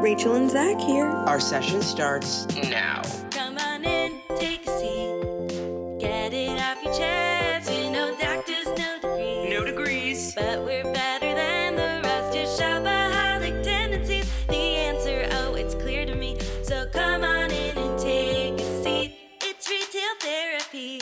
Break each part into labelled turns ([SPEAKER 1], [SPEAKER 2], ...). [SPEAKER 1] Rachel and Zach here.
[SPEAKER 2] Our session starts now.
[SPEAKER 3] Come on in, take a seat. Get it off your chest. You know, doctors, no degrees.
[SPEAKER 2] degrees.
[SPEAKER 3] But we're better than the rest. Your shopaholic tendencies. The answer, oh, it's clear to me. So come on in and take a seat. It's retail therapy.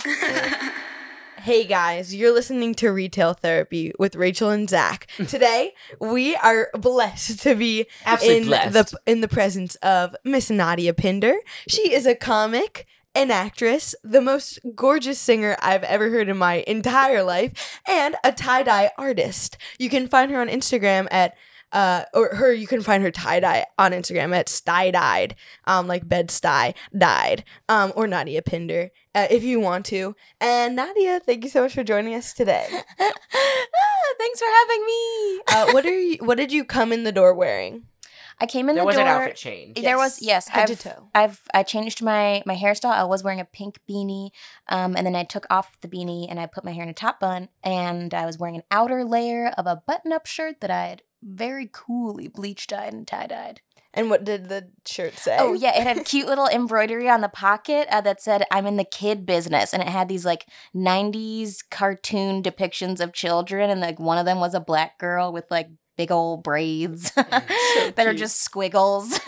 [SPEAKER 4] Hey guys, you're listening to Retail Therapy with Rachel and Zach. Today we are blessed to be
[SPEAKER 2] Absolutely
[SPEAKER 4] in
[SPEAKER 2] blessed.
[SPEAKER 4] the in the presence of Miss Nadia Pinder. She is a comic, an actress, the most gorgeous singer I've ever heard in my entire life, and a tie dye artist. You can find her on Instagram at. Uh, or her, you can find her tie dye on Instagram at sty dyed, um, like bed sty dyed, um, or Nadia Pinder, uh, if you want to. And Nadia, thank you so much for joining us today.
[SPEAKER 5] Thanks for having me.
[SPEAKER 4] Uh, what are you? What did you come in the door wearing?
[SPEAKER 5] I came in
[SPEAKER 2] There
[SPEAKER 5] the
[SPEAKER 2] was
[SPEAKER 5] door.
[SPEAKER 2] an outfit change.
[SPEAKER 5] There was yes,
[SPEAKER 4] head
[SPEAKER 5] I've,
[SPEAKER 4] to toe.
[SPEAKER 5] I've I changed my my hairstyle. I was wearing a pink beanie, um, and then I took off the beanie and I put my hair in a top bun, and I was wearing an outer layer of a button up shirt that I had very coolly bleach dyed and tie dyed.
[SPEAKER 4] And what did the shirt say?
[SPEAKER 5] Oh yeah, it had cute little embroidery on the pocket uh, that said "I'm in the kid business," and it had these like '90s cartoon depictions of children, and like one of them was a black girl with like big old braids that are
[SPEAKER 4] cute.
[SPEAKER 5] just squiggles.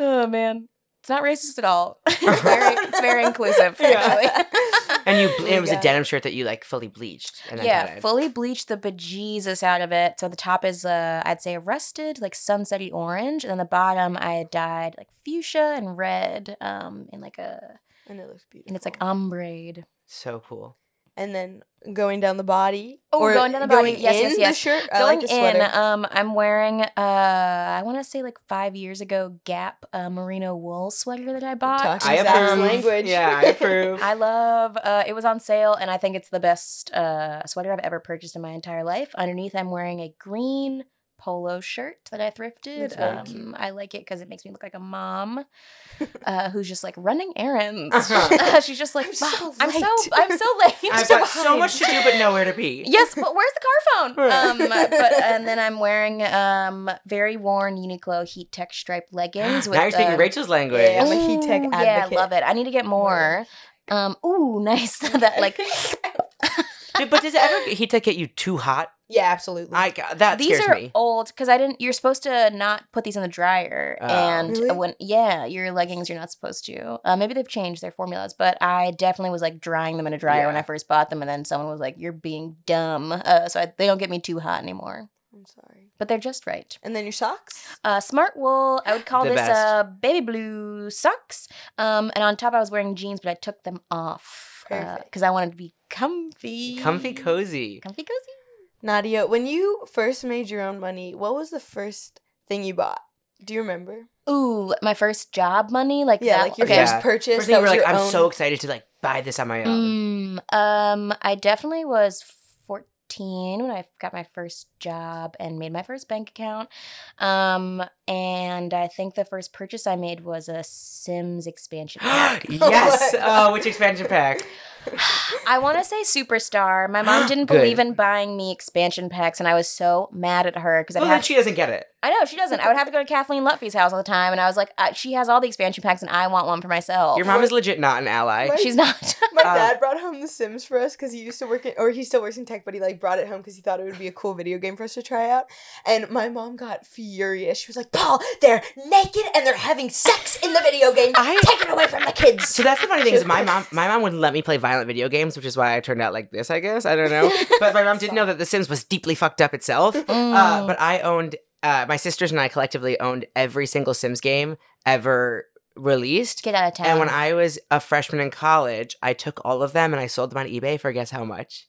[SPEAKER 5] oh man, it's not racist at all. It's very, it's very inclusive, actually.
[SPEAKER 2] And you, ble- it was a
[SPEAKER 5] Yeah.
[SPEAKER 2] denim shirt that you like fully bleached. And then
[SPEAKER 5] Yeah,
[SPEAKER 2] dyed.
[SPEAKER 5] fully bleached the bejesus out of it. So the top is, uh, I'd say, rusted, like sunsetty orange, and then the bottom I had dyed like fuchsia and red, um, in like a,
[SPEAKER 4] and it looks beautiful.
[SPEAKER 5] and it's like um, ombre.
[SPEAKER 2] so cool.
[SPEAKER 4] and then going down the body.
[SPEAKER 5] Oh, we're going down the body. Yes, yes,
[SPEAKER 4] in
[SPEAKER 5] yes.
[SPEAKER 4] The shirt. I
[SPEAKER 5] Going
[SPEAKER 4] like the
[SPEAKER 5] in,
[SPEAKER 4] sweater.
[SPEAKER 5] um, I'm wearing, uh, I want to say like five years ago, Gap uh, merino wool sweater that I bought.
[SPEAKER 4] Talk
[SPEAKER 2] I
[SPEAKER 4] to Zach's
[SPEAKER 2] approve.
[SPEAKER 4] language.
[SPEAKER 2] Yeah, I approve.
[SPEAKER 5] I love. Uh, it was on sale, and I think it's the best uh, sweater I've ever purchased in my entire life. Underneath, I'm wearing a green polo shirt that I
[SPEAKER 4] That's
[SPEAKER 5] thrifted.
[SPEAKER 4] very
[SPEAKER 5] Um,
[SPEAKER 4] cute.
[SPEAKER 5] I like it because it makes me look like a mom uh, who's just like running errands.
[SPEAKER 2] Uh-huh.
[SPEAKER 5] She's just like,
[SPEAKER 4] I'm
[SPEAKER 5] I'm
[SPEAKER 4] so
[SPEAKER 5] so, I'm so, I'm
[SPEAKER 4] late."
[SPEAKER 5] so late.
[SPEAKER 2] I've got so much to do, but nowhere to be.
[SPEAKER 5] Yes, but where's the car phone? Um,
[SPEAKER 4] Right.
[SPEAKER 5] but and then I'm wearing um very worn Uniqlo heat tech striped leggings. With,
[SPEAKER 2] now you're speaking
[SPEAKER 5] uh,
[SPEAKER 2] Rachel's language.
[SPEAKER 4] Yeah, I'm a heat tech
[SPEAKER 5] Ooh,
[SPEAKER 4] advocate.
[SPEAKER 5] Yeah, love it. I need to get more. Um, ooh, nice. that like
[SPEAKER 2] Dude, but does it ever heat tech get you too hot?
[SPEAKER 4] yeah, absolutely.
[SPEAKER 2] I ca- that
[SPEAKER 5] these
[SPEAKER 2] scares
[SPEAKER 5] are
[SPEAKER 2] me.
[SPEAKER 5] old because I didn't. You're supposed to not put these in the dryer,
[SPEAKER 2] Oh.
[SPEAKER 5] and
[SPEAKER 4] Really?
[SPEAKER 5] when yeah, your leggings you're not supposed to. Uh, maybe they've changed their formulas, but I definitely was like drying them in a dryer when
[SPEAKER 2] Yeah.
[SPEAKER 5] I first bought them, and then someone was like, "You're being dumb," uh, so I, they don't get me too hot anymore.
[SPEAKER 4] I'm sorry.
[SPEAKER 5] But they're just right.
[SPEAKER 4] And then your socks.
[SPEAKER 5] uh, smart wool. I would call
[SPEAKER 2] The
[SPEAKER 5] this
[SPEAKER 2] best.
[SPEAKER 5] uh, baby blue socks. Um, and on top, I was wearing jeans, but I took them off
[SPEAKER 4] Perfect.
[SPEAKER 5] because I wanted to be comfy,
[SPEAKER 2] Comfy, cozy.
[SPEAKER 5] comfy, cozy.
[SPEAKER 4] Nadia, when you first made your own money, what was the first thing you bought? Do you remember?
[SPEAKER 5] Ooh, my first job money, like
[SPEAKER 4] Yeah,
[SPEAKER 5] that.
[SPEAKER 4] like your
[SPEAKER 2] okay.
[SPEAKER 4] first
[SPEAKER 2] Yeah.
[SPEAKER 4] purchase.
[SPEAKER 2] First
[SPEAKER 4] that
[SPEAKER 2] thing you were
[SPEAKER 4] was
[SPEAKER 2] like,
[SPEAKER 4] your
[SPEAKER 2] I'm
[SPEAKER 4] own-
[SPEAKER 2] so excited to like buy this on my own.
[SPEAKER 5] Mm, um, I definitely was fourteen when I got my first job and made my first bank account. Um, and I think the first purchase I made was a Sims expansion. pack.
[SPEAKER 2] yes.
[SPEAKER 4] What?
[SPEAKER 2] Oh, which expansion pack?
[SPEAKER 5] I want to say superstar. My mom didn't
[SPEAKER 2] Good.
[SPEAKER 5] believe in buying me expansion packs, and I was so mad at her because I
[SPEAKER 2] Well, then
[SPEAKER 5] have.
[SPEAKER 2] she doesn't get it.
[SPEAKER 5] I know she doesn't. I would have to go to Kathleen Lutfi's house all the time, and I was like, uh, she has all the expansion packs, and I want one for myself.
[SPEAKER 2] Your mom is legit not an ally.
[SPEAKER 4] What?
[SPEAKER 5] She's not.
[SPEAKER 4] My
[SPEAKER 2] Uh,
[SPEAKER 4] dad brought home The Sims for us because he used to work in, or he still works in tech, but he like brought it home because he thought it would be a cool video game for us to try out. And my mom got furious. She was like, "Paul, they're naked and they're having sex in the video game.
[SPEAKER 2] I-
[SPEAKER 4] Take it away from the kids."
[SPEAKER 2] So that's the funny thing is my mom my mom wouldn't let me play violent video games, which is why I turned out like this, I guess. I don't know. But my mom did know that The Sims was deeply fucked up itself. Uh,
[SPEAKER 5] Mm.
[SPEAKER 2] but I owned uh, my sisters and I collectively owned every single Sims game ever released.
[SPEAKER 5] Get out of town.
[SPEAKER 2] And when I was a freshman in college, I took all of them and I sold them on eBay for guess how much?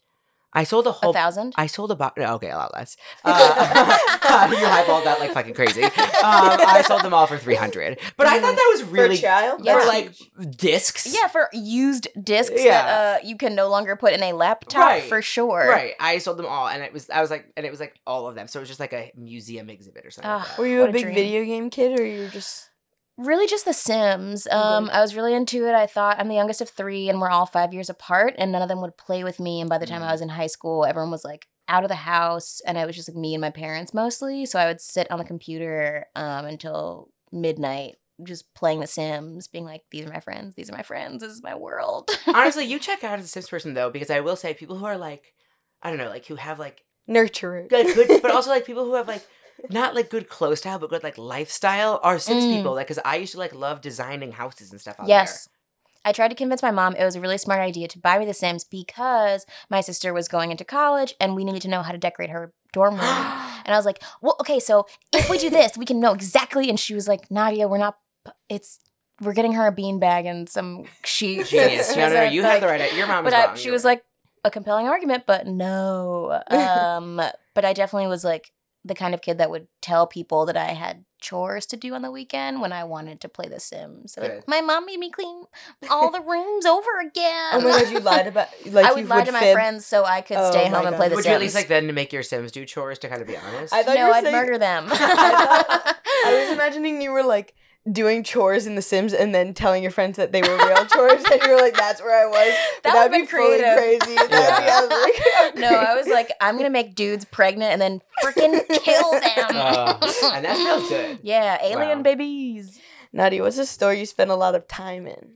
[SPEAKER 2] I sold a whole
[SPEAKER 5] a thousand.
[SPEAKER 2] I sold a box. No, okay, a lot less. Uh, you highballed that like fucking crazy. Um, I sold them all for three hundred, but I thought that was
[SPEAKER 4] for
[SPEAKER 2] really
[SPEAKER 4] a child,
[SPEAKER 5] Mm. Yeah.
[SPEAKER 4] That's
[SPEAKER 2] or like
[SPEAKER 4] huge.
[SPEAKER 2] discs.
[SPEAKER 5] yeah, for used discs
[SPEAKER 2] Yeah.
[SPEAKER 5] that uh, you can no longer put in a laptop
[SPEAKER 2] Right.
[SPEAKER 5] for sure.
[SPEAKER 2] right. I sold them all, and it was I was like, and it was like all of them. So it was just like a museum exhibit or something. like
[SPEAKER 5] Ugh.
[SPEAKER 2] that.
[SPEAKER 4] Were you
[SPEAKER 5] What
[SPEAKER 4] a
[SPEAKER 5] a
[SPEAKER 4] big
[SPEAKER 5] dream.
[SPEAKER 4] video game kid, or you were just?
[SPEAKER 5] really just the sims um, i was really into it i thought i'm the youngest of three and we're all five years apart and none of them would play with me and by the time
[SPEAKER 2] Mm.
[SPEAKER 5] i was in high school everyone was like out of the house and it was just like me and my parents mostly. So I would sit on the computer um, until midnight just playing The Sims, being like, these are my friends, these are my friends, this is my world.
[SPEAKER 2] Honestly, you check out as a Sims person though, because I will say people who are like, I don't know, like who have like
[SPEAKER 4] Nurturer.
[SPEAKER 2] good, good but also like people who have like not like good clothes style, but good like lifestyle are Sims
[SPEAKER 5] Mm.
[SPEAKER 2] people. Like, because I used to like love designing houses and stuff. Out
[SPEAKER 5] Yes. I tried to convince my mom it was a really smart idea to buy me The Sims because my sister was going into college and we needed to know how to decorate her dorm room. and
[SPEAKER 2] there.
[SPEAKER 5] I was like, well, okay, so if we do this, we can know exactly. And she was like, Nadia, we're not, it's, we're getting her a beanbag and some sheets.
[SPEAKER 2] Genius. No, no, no. You
[SPEAKER 5] Like,
[SPEAKER 2] have the right. idea. Your mom.
[SPEAKER 5] But
[SPEAKER 2] is
[SPEAKER 5] I,
[SPEAKER 2] wrong.
[SPEAKER 5] she
[SPEAKER 2] You're
[SPEAKER 5] was
[SPEAKER 2] right.
[SPEAKER 5] like, a compelling argument, but no. Um, but I definitely was like the kind of kid that would tell people that I had chores to do on the weekend when I wanted to play The Sims. So like,
[SPEAKER 2] Good.
[SPEAKER 5] my mom made me clean all the rooms over again.
[SPEAKER 4] Oh my god, you lied about like
[SPEAKER 5] I
[SPEAKER 4] you
[SPEAKER 5] would lie to my
[SPEAKER 4] fib.
[SPEAKER 5] friends so I could
[SPEAKER 4] Oh
[SPEAKER 5] stay
[SPEAKER 4] my
[SPEAKER 5] home and play
[SPEAKER 4] God.
[SPEAKER 5] The
[SPEAKER 2] Would
[SPEAKER 5] Sims.
[SPEAKER 2] you at least like then make your Sims do chores to kind of be honest?
[SPEAKER 4] I thought you
[SPEAKER 5] no,
[SPEAKER 4] were
[SPEAKER 5] I'd
[SPEAKER 4] saying-
[SPEAKER 5] murder them.
[SPEAKER 4] I I was imagining you were like doing chores in The Sims and then telling your friends that they were real chores, and you were like, "That's where I was."
[SPEAKER 5] That would've
[SPEAKER 4] But that'd
[SPEAKER 5] been
[SPEAKER 4] be fully
[SPEAKER 5] creative.
[SPEAKER 4] crazy. That'd be, I was like,
[SPEAKER 5] no, I was like, I'm gonna make dudes pregnant and then freaking kill them.
[SPEAKER 2] Uh, and that feels good.
[SPEAKER 5] Yeah, alien
[SPEAKER 2] Wow.
[SPEAKER 5] babies.
[SPEAKER 4] Nadia, what's a store you spent a lot of time in?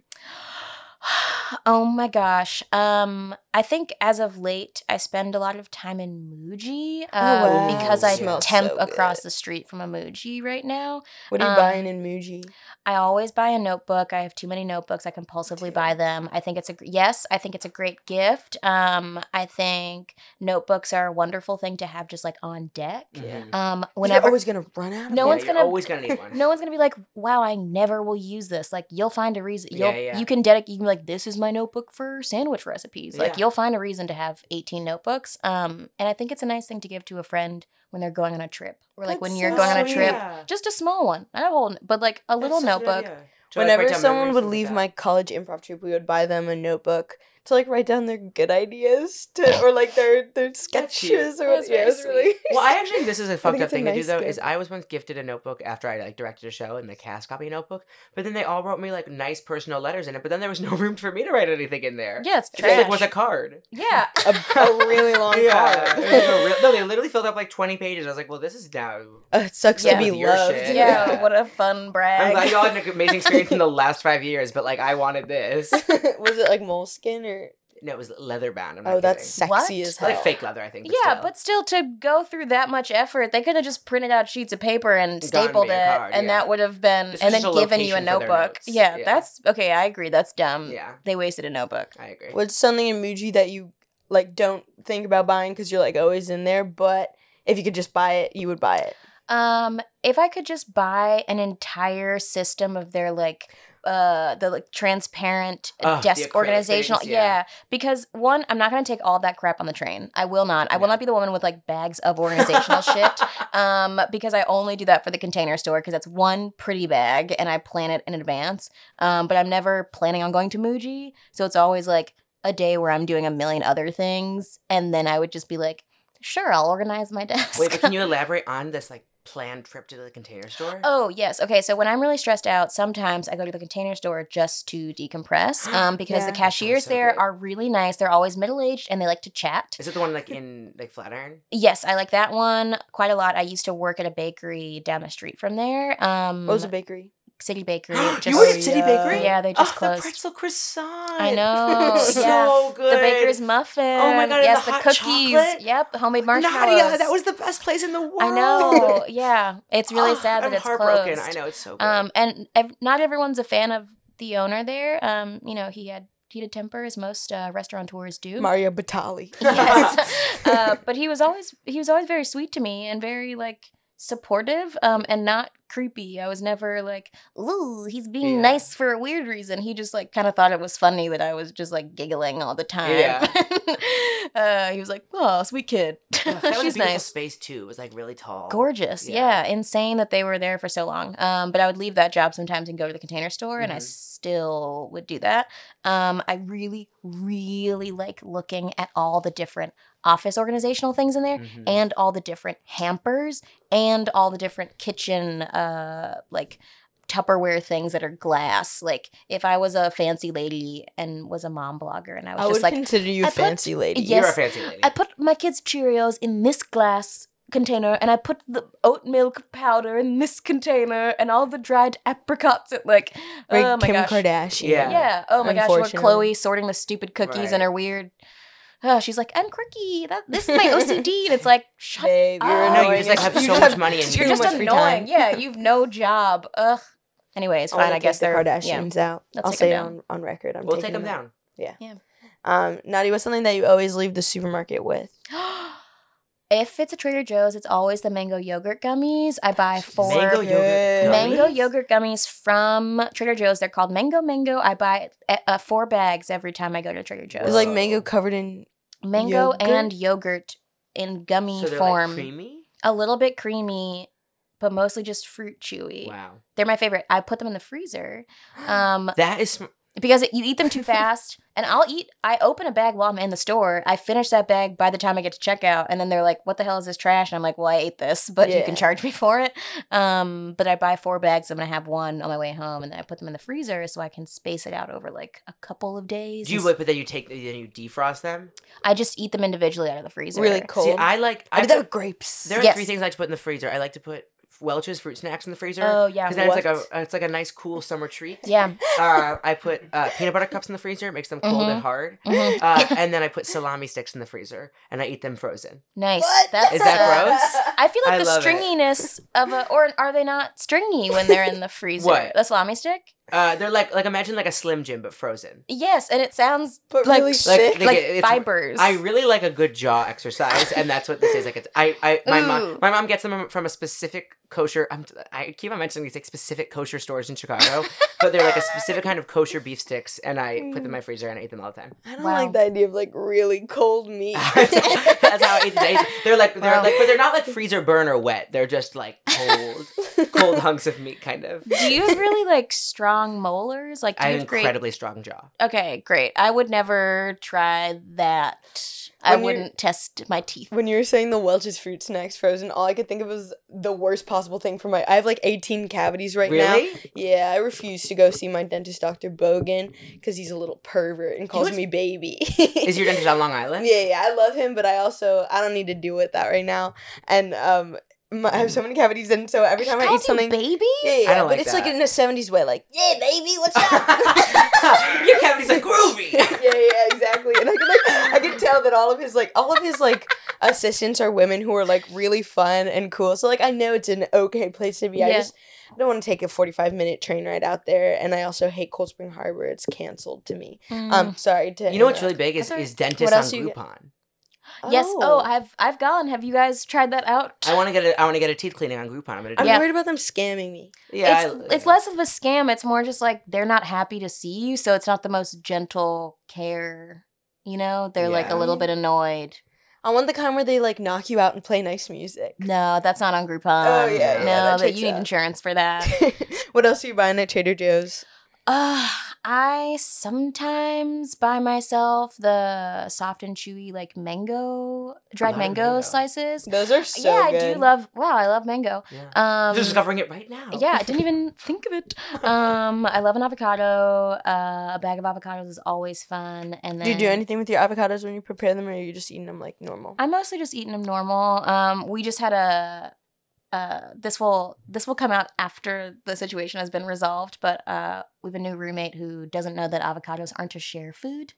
[SPEAKER 5] oh my gosh. Um, I think as of late, I spend a lot of time in Muji um,
[SPEAKER 4] wow.
[SPEAKER 5] because I
[SPEAKER 2] Smells
[SPEAKER 5] temp
[SPEAKER 4] so
[SPEAKER 5] across
[SPEAKER 4] good.
[SPEAKER 5] the street from a Muji right now.
[SPEAKER 4] What are you
[SPEAKER 5] Um,
[SPEAKER 4] buying in Muji?
[SPEAKER 5] I always buy a notebook. I have too many notebooks. I compulsively buy them. I think it's a gr- yes. I think it's a great gift. Um, I think notebooks are a wonderful thing to have just like on deck.
[SPEAKER 4] Yeah.
[SPEAKER 2] Mhm.
[SPEAKER 5] Um,
[SPEAKER 4] You're
[SPEAKER 5] whenever
[SPEAKER 4] always gonna run out. Of
[SPEAKER 2] Yeah,
[SPEAKER 5] No
[SPEAKER 4] them.
[SPEAKER 5] one's
[SPEAKER 2] you're
[SPEAKER 5] gonna-
[SPEAKER 2] always gonna need one.
[SPEAKER 5] no one's gonna be like, "Wow, I never will use this." Like, you'll find a reason. You'll,
[SPEAKER 2] Yeah, yeah.
[SPEAKER 5] You can dedicate. You can be like, "This is my notebook for sandwich recipes." Like,
[SPEAKER 2] Yeah.
[SPEAKER 5] you'll find a reason to have eighteen notebooks. Um, and I think it's a nice thing to give to a friend when they're going on a trip, or like when
[SPEAKER 4] That's
[SPEAKER 5] you're
[SPEAKER 4] so
[SPEAKER 5] going on a
[SPEAKER 4] sweet.
[SPEAKER 5] trip,
[SPEAKER 2] Oh, Yeah.
[SPEAKER 5] just a small one, not a whole, but like a little
[SPEAKER 2] That's such a good
[SPEAKER 5] notebook.
[SPEAKER 2] idea. To, like, write
[SPEAKER 4] Whenever
[SPEAKER 2] down
[SPEAKER 4] someone
[SPEAKER 2] memories
[SPEAKER 4] would
[SPEAKER 2] and
[SPEAKER 4] leave
[SPEAKER 2] stuff.
[SPEAKER 4] my college improv troupe, we would buy them a notebook to like write down their good ideas to, or like their their sketches or
[SPEAKER 5] That's
[SPEAKER 4] what. Yeah, it
[SPEAKER 5] very
[SPEAKER 4] was really.
[SPEAKER 2] Well, I actually think this is a fucked
[SPEAKER 4] think
[SPEAKER 2] up
[SPEAKER 4] it's a
[SPEAKER 2] thing to do
[SPEAKER 4] nice
[SPEAKER 2] though. Is
[SPEAKER 4] gift.
[SPEAKER 2] I was once gifted a notebook after I like directed a show, and the cast got me a notebook, but then they all wrote me like nice personal letters in it. But then there was no room for me to write anything in there.
[SPEAKER 5] Yeah, it's
[SPEAKER 2] It just,
[SPEAKER 5] trash.
[SPEAKER 2] like was a card.
[SPEAKER 5] yeah,
[SPEAKER 4] a, a really long
[SPEAKER 2] Yeah,
[SPEAKER 4] card.
[SPEAKER 2] it was, like, a real, no, they literally filled up like twenty pages. I was like, well, this is now.
[SPEAKER 4] Uh, it sucks
[SPEAKER 5] Yeah.
[SPEAKER 4] to be
[SPEAKER 2] With your
[SPEAKER 4] loved.
[SPEAKER 2] shit.
[SPEAKER 5] yeah. What a fun brag.
[SPEAKER 2] I'm glad y'all had an amazing experience in the last five years, but like I wanted this.
[SPEAKER 4] was it like moleskin or?
[SPEAKER 2] No, it was leather bound. I'm not
[SPEAKER 4] Oh, that's
[SPEAKER 2] kidding.
[SPEAKER 4] sexy
[SPEAKER 5] What?
[SPEAKER 4] as hell.
[SPEAKER 2] like fake leather, I think. But
[SPEAKER 5] Yeah,
[SPEAKER 2] still.
[SPEAKER 5] but still to go through that much effort, they could have just printed out sheets of paper and
[SPEAKER 2] Gotten me
[SPEAKER 5] stapled it,
[SPEAKER 2] a card,
[SPEAKER 5] and
[SPEAKER 2] yeah.
[SPEAKER 5] that would have been,
[SPEAKER 2] This
[SPEAKER 5] and
[SPEAKER 2] was
[SPEAKER 5] then
[SPEAKER 2] just a
[SPEAKER 5] given you a
[SPEAKER 2] location for their
[SPEAKER 5] notebook.
[SPEAKER 2] notes.
[SPEAKER 5] Yeah,
[SPEAKER 2] Yeah.
[SPEAKER 5] that's okay. I agree. That's dumb.
[SPEAKER 2] Mm, yeah,
[SPEAKER 5] They wasted a notebook.
[SPEAKER 2] I agree.
[SPEAKER 4] What's something in Muji that you like don't think about buying because you're like always in there, but if you could just buy it, you would buy it.
[SPEAKER 5] Um, if I could just buy an entire system of their like. Uh, the like transparent
[SPEAKER 2] Ugh, the
[SPEAKER 5] desk
[SPEAKER 2] acrylic
[SPEAKER 5] organizational,
[SPEAKER 2] things,
[SPEAKER 5] yeah.
[SPEAKER 2] yeah.
[SPEAKER 5] Because one, I'm not gonna take all that crap on the train. I will not. I will
[SPEAKER 2] No.
[SPEAKER 5] not be the woman with like bags of organizational shit. um, because I only do that for the container store because that's one pretty bag and I plan it in advance. Um, but I'm never planning on going to Muji, so it's always like a day where I'm doing a million other things, and then I would just be like, sure, I'll organize my desk.
[SPEAKER 2] Wait, but can you elaborate on this like planned trip to the container store?
[SPEAKER 5] Oh yes. Okay. So when I'm really stressed out, sometimes I go to the container store just to decompress. Um, because
[SPEAKER 4] Yeah.
[SPEAKER 5] the
[SPEAKER 4] That sounds
[SPEAKER 5] cashiers
[SPEAKER 2] so
[SPEAKER 5] there
[SPEAKER 2] good.
[SPEAKER 5] are really nice. They're always middle aged and they like to chat.
[SPEAKER 2] Is it the one like in like Flatiron?
[SPEAKER 5] Yes, I like that one quite a lot. I used to work at a bakery down the street from there. Um,
[SPEAKER 4] What was a bakery?
[SPEAKER 5] City Bakery.
[SPEAKER 2] you
[SPEAKER 5] Just,
[SPEAKER 2] were at
[SPEAKER 4] Oh,
[SPEAKER 2] City
[SPEAKER 4] yeah.
[SPEAKER 2] Bakery?
[SPEAKER 5] yeah, they just
[SPEAKER 2] oh, the
[SPEAKER 5] closed.
[SPEAKER 2] pretzel croissant.
[SPEAKER 5] I know.
[SPEAKER 2] so
[SPEAKER 5] yeah.
[SPEAKER 2] good.
[SPEAKER 5] The baker's muffin.
[SPEAKER 2] Oh God, and
[SPEAKER 5] Yes,
[SPEAKER 2] the hot
[SPEAKER 5] cookies.
[SPEAKER 2] chocolate.
[SPEAKER 5] Yep, homemade marshmallows.
[SPEAKER 2] Nadia, that was the best place in the world.
[SPEAKER 5] I know. Yeah, it's really
[SPEAKER 2] Oh,
[SPEAKER 5] sad that
[SPEAKER 2] I'm
[SPEAKER 5] it's
[SPEAKER 2] heartbroken.
[SPEAKER 5] closed.
[SPEAKER 2] I know it's so good.
[SPEAKER 5] Um, and ev- not everyone's a fan of the owner there. Um, you know, he had heated temper, as most uh, restaurateurs do.
[SPEAKER 4] Mario Batali.
[SPEAKER 5] yes, uh, but he was always he was always very sweet to me and very like supportive um and not creepy i was never like ooh he's being
[SPEAKER 2] Yeah.
[SPEAKER 5] nice for a weird reason he just like kind of thought it was funny that i was just like giggling all the time
[SPEAKER 2] Yeah.
[SPEAKER 5] uh he was like oh sweet kid
[SPEAKER 2] Ugh, that was
[SPEAKER 5] she's
[SPEAKER 2] a beautiful
[SPEAKER 5] nice
[SPEAKER 2] space too. It was like really tall.
[SPEAKER 5] gorgeous yeah.
[SPEAKER 2] Yeah.
[SPEAKER 5] insane that they were there for so long um but i would leave that job sometimes and go to the container store and i
[SPEAKER 2] Mhm.
[SPEAKER 5] still would do that um i really really like looking at all the different office organizational things in there
[SPEAKER 2] Mhm.
[SPEAKER 5] and all the different hampers and all the different kitchen uh like Tupperware things that are glass. Like if I was a fancy lady and was a mom blogger and I was
[SPEAKER 4] I would
[SPEAKER 5] just like,
[SPEAKER 4] consider you
[SPEAKER 5] I put-
[SPEAKER 4] fancy lady.
[SPEAKER 5] Yeah.
[SPEAKER 2] You're a
[SPEAKER 5] Yes,
[SPEAKER 2] fancy lady.
[SPEAKER 5] I put my kids' Cheerios in this glass container and I put the oat milk powder in this container and all the dried apricots and like
[SPEAKER 4] Like
[SPEAKER 5] oh my
[SPEAKER 4] Kim
[SPEAKER 5] gosh.
[SPEAKER 4] Kardashian.
[SPEAKER 2] Yeah.
[SPEAKER 5] Yeah. Oh my gosh, or
[SPEAKER 4] Unfortunately.
[SPEAKER 5] Chloe sorting the stupid cookies and
[SPEAKER 2] Right.
[SPEAKER 5] her weird oh, she's like, I'm quirky. That this is my OCD and it's like shut
[SPEAKER 4] Babe, you're
[SPEAKER 5] Oh,
[SPEAKER 4] annoying.
[SPEAKER 2] no, you just like have
[SPEAKER 4] You
[SPEAKER 2] so much money and
[SPEAKER 4] too
[SPEAKER 5] You're just
[SPEAKER 4] much free time.
[SPEAKER 5] annoying. Yeah, you've no job. Ugh. Anyways,
[SPEAKER 4] I'll
[SPEAKER 5] fine. I
[SPEAKER 4] take
[SPEAKER 5] guess
[SPEAKER 4] the
[SPEAKER 5] they're
[SPEAKER 4] Kardashians out.
[SPEAKER 5] Let's
[SPEAKER 4] I'll
[SPEAKER 5] take
[SPEAKER 4] say it
[SPEAKER 5] 'em
[SPEAKER 4] on, on record. I'm
[SPEAKER 2] We'll
[SPEAKER 4] taking
[SPEAKER 2] take them down.
[SPEAKER 4] Um, Naughty, what's something that you always leave the supermarket with?
[SPEAKER 5] Yeah. If it's a Trader Joe's, it's always the mango yogurt gummies. I buy four
[SPEAKER 2] Mango yogurt.
[SPEAKER 5] mango
[SPEAKER 2] gummies?
[SPEAKER 5] yogurt gummies from Trader Joe's. They're called Mango Mango. I buy uh, uh, four bags every time I go to Trader Joe's.
[SPEAKER 4] It's like
[SPEAKER 2] Whoa.
[SPEAKER 4] mango covered in.
[SPEAKER 5] mango
[SPEAKER 4] yogurt?
[SPEAKER 5] and yogurt in gummy
[SPEAKER 2] So they're
[SPEAKER 5] form.
[SPEAKER 2] like creamy.
[SPEAKER 5] a little bit creamy, but mostly just fruit chewy.
[SPEAKER 2] Wow,
[SPEAKER 5] They're my favorite. I put them in the freezer. Um,
[SPEAKER 2] that is sm-
[SPEAKER 5] because it, you eat them too fast. And I'll eat. I open a bag while I'm in the store. I finish that bag by the time I get to checkout, and then they're like, "What the hell is this trash?" And I'm like, "Well, I ate this, but you
[SPEAKER 4] Yeah.
[SPEAKER 5] can charge me for it." Um, but I buy four bags. I'm gonna have one on my way home, and then I put them in the freezer so I can space it out over like a couple of days.
[SPEAKER 2] Do you
[SPEAKER 5] It's-
[SPEAKER 2] wait, but then you take then you defrost them?
[SPEAKER 5] I just eat them individually out of the freezer.
[SPEAKER 4] Really cold.
[SPEAKER 2] See, I like
[SPEAKER 4] I
[SPEAKER 2] I,
[SPEAKER 4] did that with grapes.
[SPEAKER 2] there are
[SPEAKER 5] Yes.
[SPEAKER 2] three things I like to put in the freezer. I like to put Welch's fruit snacks in the freezer.
[SPEAKER 5] Oh yeah,
[SPEAKER 2] because then it's like
[SPEAKER 4] what?
[SPEAKER 2] a it's like a nice cool summer treat.
[SPEAKER 5] yeah.
[SPEAKER 2] Uh, I put uh, peanut butter cups in the freezer, it makes them cold and hard.
[SPEAKER 5] mhm.
[SPEAKER 2] Uh, and then I put salami sticks in the freezer, and I eat them frozen.
[SPEAKER 5] Nice.
[SPEAKER 4] What?
[SPEAKER 5] That's
[SPEAKER 2] Is that
[SPEAKER 5] uh,
[SPEAKER 2] gross?
[SPEAKER 5] I feel like
[SPEAKER 2] I
[SPEAKER 5] the
[SPEAKER 2] love it.
[SPEAKER 5] stringiness of a, or are they not stringy when they're in the freezer?
[SPEAKER 2] What?
[SPEAKER 5] The salami stick?
[SPEAKER 2] Uh, they're like like imagine like a Slim Jim but frozen.
[SPEAKER 5] Yes, and it sounds
[SPEAKER 4] But
[SPEAKER 5] like
[SPEAKER 4] really
[SPEAKER 5] sh-
[SPEAKER 4] thick?
[SPEAKER 2] Like,
[SPEAKER 5] like
[SPEAKER 2] it- it's-
[SPEAKER 5] fibers.
[SPEAKER 2] I really like a good jaw exercise, and that's what this is. Like, it's, I, I, my
[SPEAKER 5] Ooh.
[SPEAKER 2] mom, my mom gets them from a specific kosher. I'm, I keep on mentioning these like specific kosher stores in Chicago, but they're like a specific kind of kosher beef sticks, and I put them
[SPEAKER 5] Mm.
[SPEAKER 2] in my freezer and I eat them all the time.
[SPEAKER 4] I don't
[SPEAKER 5] Wow.
[SPEAKER 4] like the idea of like really cold meat.
[SPEAKER 2] that's, how I eat. They, they're like, they're
[SPEAKER 5] Wow.
[SPEAKER 2] like, but they're not like freezer burn or wet. They're just like cold, cold hunks of meat, kind of.
[SPEAKER 5] do you have really like strong molars? Like do
[SPEAKER 2] I
[SPEAKER 5] you
[SPEAKER 2] have an
[SPEAKER 5] have great-
[SPEAKER 2] incredibly strong jaw.
[SPEAKER 5] Okay, great. I would never try that. I
[SPEAKER 4] When you-
[SPEAKER 5] wouldn't test my teeth.
[SPEAKER 4] When you were saying the Welch's fruit snacks frozen, all I could think of was the worst possible thing for my. I have like 18 cavities right now.
[SPEAKER 2] really?
[SPEAKER 4] Yeah, I refuse to go see my dentist, Dr. Bogan, because he's a little pervert and calls
[SPEAKER 2] was-
[SPEAKER 4] me baby.
[SPEAKER 2] Is your dentist on Long Island?
[SPEAKER 4] Yeah, yeah, I love him, but I also I don't need to deal with that right now. And um, my, I have so many cavities, and so every time I eat
[SPEAKER 5] Calls you
[SPEAKER 4] something,
[SPEAKER 5] baby?
[SPEAKER 4] yeah, yeah,
[SPEAKER 2] I don't
[SPEAKER 4] but
[SPEAKER 2] like
[SPEAKER 4] it's like
[SPEAKER 2] that.
[SPEAKER 4] in a '70s way, like yeah, baby, what's up?
[SPEAKER 2] Your cavities are groovy.
[SPEAKER 4] yeah, yeah, exactly. And I can like I can tell that all of his like all of his like assistants are women who are like really fun and cool. So like I know it's an okay place to be. I
[SPEAKER 5] Yeah.
[SPEAKER 4] just I don't want to take a 45 minute train ride out there and I also hate Cold Spring Harbor. It's canceled to me.
[SPEAKER 5] Mm.
[SPEAKER 4] Um sorry to
[SPEAKER 2] You know what's
[SPEAKER 4] interrupt.
[SPEAKER 2] really big is,
[SPEAKER 5] That's all right.
[SPEAKER 2] is dentist
[SPEAKER 4] What
[SPEAKER 2] on
[SPEAKER 4] else do you get?
[SPEAKER 2] Groupon.
[SPEAKER 5] yes, oh, I've I've gone. Have you guys tried that out?
[SPEAKER 2] I want to get a I want to get a teeth cleaning on Groupon. I'm gonna do
[SPEAKER 4] I'm
[SPEAKER 5] Yeah.
[SPEAKER 2] yeah.
[SPEAKER 4] worried about them scamming me.
[SPEAKER 2] yeah
[SPEAKER 5] it's,
[SPEAKER 2] I-
[SPEAKER 5] it's less of a scam. It's more just like they're not happy to see you, so it's not the most gentle care. You know, they're like
[SPEAKER 2] Yeah.
[SPEAKER 5] a little bit annoyed.
[SPEAKER 4] I want the kind where they like knock you out and play nice music.
[SPEAKER 5] No, that's not on Groupon.
[SPEAKER 4] Oh,
[SPEAKER 2] yeah, yeah,
[SPEAKER 5] no,
[SPEAKER 4] that
[SPEAKER 5] that,
[SPEAKER 4] checks
[SPEAKER 5] you need
[SPEAKER 4] out.
[SPEAKER 5] insurance for that.
[SPEAKER 4] what else are you buying at Trader Joe's?
[SPEAKER 5] uh, I sometimes buy myself the soft and chewy like mango, dried
[SPEAKER 2] Love
[SPEAKER 5] mango,
[SPEAKER 2] mango.
[SPEAKER 5] slices.
[SPEAKER 4] Those are so
[SPEAKER 5] yeah,
[SPEAKER 4] good.
[SPEAKER 5] I do love. Wow, I love mango.
[SPEAKER 2] Yeah.
[SPEAKER 5] Um,
[SPEAKER 2] I'm just discovering it right now.
[SPEAKER 5] Yeah, I didn't even think of it. Um, I love an avocado. Uh, a bag of avocados is always fun. And then
[SPEAKER 4] Do you do anything with your avocados when you prepare them, or are you just eating them like normal?
[SPEAKER 5] I'm mostly just eating them normal. Um, we just had a. Uh, this will this will come out after the situation has been resolved, but uh, we have a new roommate who doesn't know that avocados aren't a share food.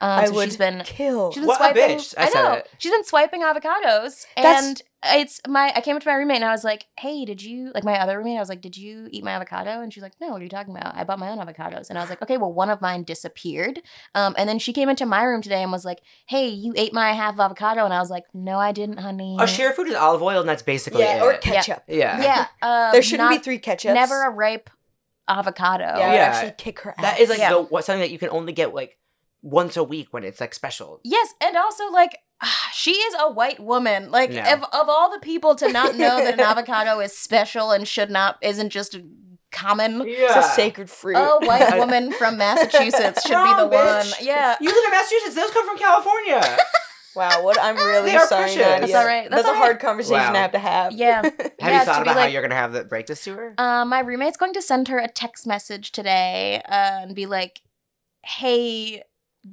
[SPEAKER 5] Um,
[SPEAKER 4] I
[SPEAKER 5] so
[SPEAKER 4] would
[SPEAKER 5] she's been
[SPEAKER 4] kill.
[SPEAKER 5] she's been
[SPEAKER 2] What a
[SPEAKER 5] swiping.
[SPEAKER 2] bitch. I
[SPEAKER 5] I,
[SPEAKER 2] said
[SPEAKER 5] know
[SPEAKER 2] it.
[SPEAKER 5] she's been swiping avocados,
[SPEAKER 4] That's-
[SPEAKER 5] and it's my. I came up to my roommate and I was like, "Hey, did you like my other roommate?" I was like, "Did you eat my avocado?" And she's like, "No, what are you talking about? I bought my own avocados." And I was like, "Okay, well, one of mine disappeared." Um, and then she came into my room today and was like, "Hey, you ate my half avocado," and I was like, "No, I didn't, honey."
[SPEAKER 2] A share food is olive oil, and that's basically
[SPEAKER 4] yeah, or
[SPEAKER 2] it.
[SPEAKER 4] ketchup.
[SPEAKER 2] yeah.
[SPEAKER 5] Yeah, um,
[SPEAKER 4] There shouldn't
[SPEAKER 5] not-
[SPEAKER 4] be three ketchups.
[SPEAKER 5] Never a ripe avocado.
[SPEAKER 4] Yeah, I would
[SPEAKER 2] Yeah.
[SPEAKER 4] actually kick her ass.
[SPEAKER 2] That is like
[SPEAKER 5] Yeah.
[SPEAKER 2] the, what, something that you can only get like once a week when it's like special.
[SPEAKER 5] Yes, and also like she is a white woman. Like
[SPEAKER 2] No.
[SPEAKER 5] of, of all the people to not know that an avocado is special and should not isn't just common.
[SPEAKER 2] Yeah.
[SPEAKER 4] it's a sacred fruit.
[SPEAKER 5] A white woman from Massachusetts should be the
[SPEAKER 2] Wrong, bitch.
[SPEAKER 5] one. Yeah.
[SPEAKER 2] You live in Massachusetts. Those come from California.
[SPEAKER 4] Wow, what I'm really
[SPEAKER 2] They are
[SPEAKER 4] sorry.
[SPEAKER 2] precious.
[SPEAKER 4] Nadia.
[SPEAKER 2] That's
[SPEAKER 5] all right. That's
[SPEAKER 4] That's,
[SPEAKER 5] all
[SPEAKER 4] a
[SPEAKER 5] right.
[SPEAKER 4] hard conversation
[SPEAKER 2] Wow.
[SPEAKER 4] to have to have.
[SPEAKER 5] Yeah.
[SPEAKER 2] Have you
[SPEAKER 5] Yeah, to
[SPEAKER 2] thought
[SPEAKER 5] be
[SPEAKER 2] about how
[SPEAKER 5] like-
[SPEAKER 2] you're gonna have that break this to her?
[SPEAKER 5] Uh, my roommate's going to send her a text message today uh, and be like, "Hey,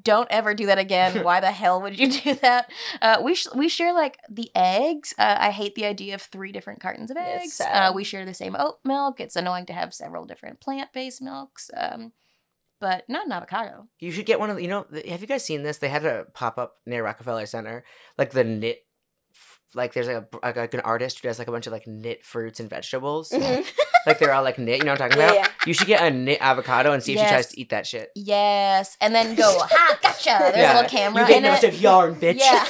[SPEAKER 5] don't ever do that again. Why the hell would you do that?" Uh, we sh- we share like the eggs. Uh, I hate the idea of three different cartons of
[SPEAKER 4] Yeah, it's
[SPEAKER 5] eggs.
[SPEAKER 4] sad.
[SPEAKER 5] Uh, we share the same oat milk. It's annoying to have several different plant based milks. Um, but not an avocado.
[SPEAKER 2] You should get one of the, you know, the- have you guys seen this? They had a pop up near Rockefeller Center, like the knit, f- like there's like, a, like, like an artist who does like a bunch of like knit fruits and vegetables.
[SPEAKER 4] Mhm.
[SPEAKER 2] like they're all like knit, you know what I'm talking
[SPEAKER 4] Yeah,
[SPEAKER 2] about?
[SPEAKER 4] yeah.
[SPEAKER 2] You should get a knit avocado and see if she tries
[SPEAKER 5] Yes.
[SPEAKER 2] to eat that shit.
[SPEAKER 5] Yes, and then go. Ha, gotcha. There's
[SPEAKER 2] Yeah.
[SPEAKER 5] a little camera
[SPEAKER 2] you
[SPEAKER 5] in
[SPEAKER 2] get
[SPEAKER 5] it.
[SPEAKER 2] of yarn, bitch.
[SPEAKER 5] Yeah.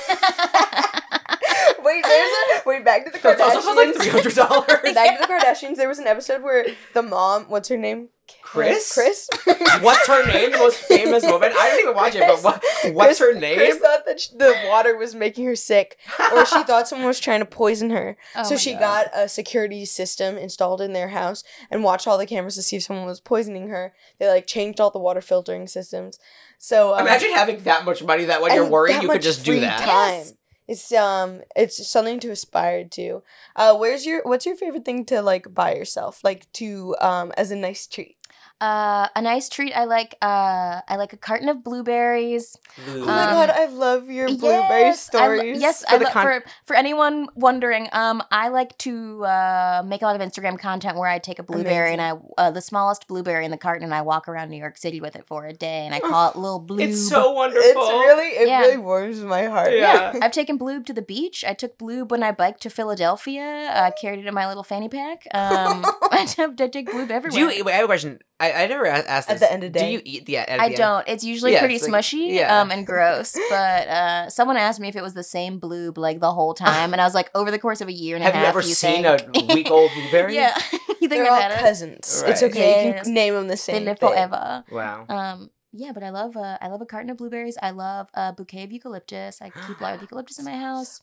[SPEAKER 4] Wait, there's a wait back to the
[SPEAKER 2] That's also cost like
[SPEAKER 4] Kardashians.
[SPEAKER 2] three hundred dollars.
[SPEAKER 4] back to the Kardashians. There was an episode where the mom, what's her name?
[SPEAKER 2] Chris?
[SPEAKER 4] Chris.
[SPEAKER 2] What's her name? The most famous woman. I don't even watch it, but what, what's her name?
[SPEAKER 4] Chris thought that sh- the water was making her sick, or she thought someone was trying to poison her.
[SPEAKER 5] Oh
[SPEAKER 4] so
[SPEAKER 5] my
[SPEAKER 4] she
[SPEAKER 5] God.
[SPEAKER 4] got a security system installed in their house and watched all the cameras to see if someone was poisoning her. They like changed all the water filtering systems. So um,
[SPEAKER 2] Imagine having that much money that when you're
[SPEAKER 4] and
[SPEAKER 2] worried
[SPEAKER 4] that
[SPEAKER 2] you could
[SPEAKER 4] much
[SPEAKER 2] just do
[SPEAKER 4] free
[SPEAKER 2] that.
[SPEAKER 4] Time.
[SPEAKER 5] Yes.
[SPEAKER 4] It's um, it's something to aspire to. Uh, where's your what's your favorite thing to like buy yourself, like to um, as a nice treat?
[SPEAKER 5] Uh, a nice treat. I like. Uh, I like a carton of blueberries.
[SPEAKER 4] Oh
[SPEAKER 2] Lou.
[SPEAKER 4] my
[SPEAKER 5] Um,
[SPEAKER 4] god, I love your blueberry
[SPEAKER 5] I lo-
[SPEAKER 4] stories.
[SPEAKER 5] yes,
[SPEAKER 2] for
[SPEAKER 5] I
[SPEAKER 2] the
[SPEAKER 5] lo-
[SPEAKER 2] con-
[SPEAKER 5] for for anyone wondering, um, I like to uh, make a lot of Instagram content where I take a blueberry and I uh, the smallest blueberry in the carton and I walk around New York City with it for a day and I call it little blue.
[SPEAKER 2] it's so wonderful.
[SPEAKER 4] it's really it
[SPEAKER 5] Yeah.
[SPEAKER 4] really warms my heart.
[SPEAKER 2] Yeah.
[SPEAKER 5] I've taken Bloob to the beach. I took Bloob when I biked to Philadelphia. I carried it in my little fanny pack. Um, I, t- I take Bloob everywhere.
[SPEAKER 2] Do you? Eat, wait, I have a question. I, I never a- asked
[SPEAKER 4] At
[SPEAKER 2] this.
[SPEAKER 4] the end of the
[SPEAKER 2] do
[SPEAKER 4] day.
[SPEAKER 2] you eat the? At, at
[SPEAKER 5] I
[SPEAKER 2] the
[SPEAKER 5] don't. It's usually
[SPEAKER 2] Yeah,
[SPEAKER 5] pretty
[SPEAKER 2] it's like-
[SPEAKER 5] smushy
[SPEAKER 2] yeah.
[SPEAKER 5] um, and gross. But uh, someone asked me if it was the same bloob like the whole time, and I was like, over the course of a year and
[SPEAKER 2] End? Have
[SPEAKER 5] a
[SPEAKER 2] you
[SPEAKER 5] half,
[SPEAKER 2] ever
[SPEAKER 5] you
[SPEAKER 2] seen
[SPEAKER 5] think-
[SPEAKER 2] a week old blueberry?
[SPEAKER 5] yeah, you think
[SPEAKER 4] They're all
[SPEAKER 5] I've had it?
[SPEAKER 4] cousins.
[SPEAKER 2] Right.
[SPEAKER 4] It's okay. You
[SPEAKER 5] Yes.
[SPEAKER 4] can name them the same.
[SPEAKER 5] They live
[SPEAKER 4] thing.
[SPEAKER 5] forever.
[SPEAKER 2] Wow.
[SPEAKER 5] Um, yeah, but I love uh, I love a carton of blueberries. I love a bouquet of eucalyptus. I keep a lot of eucalyptus in my house.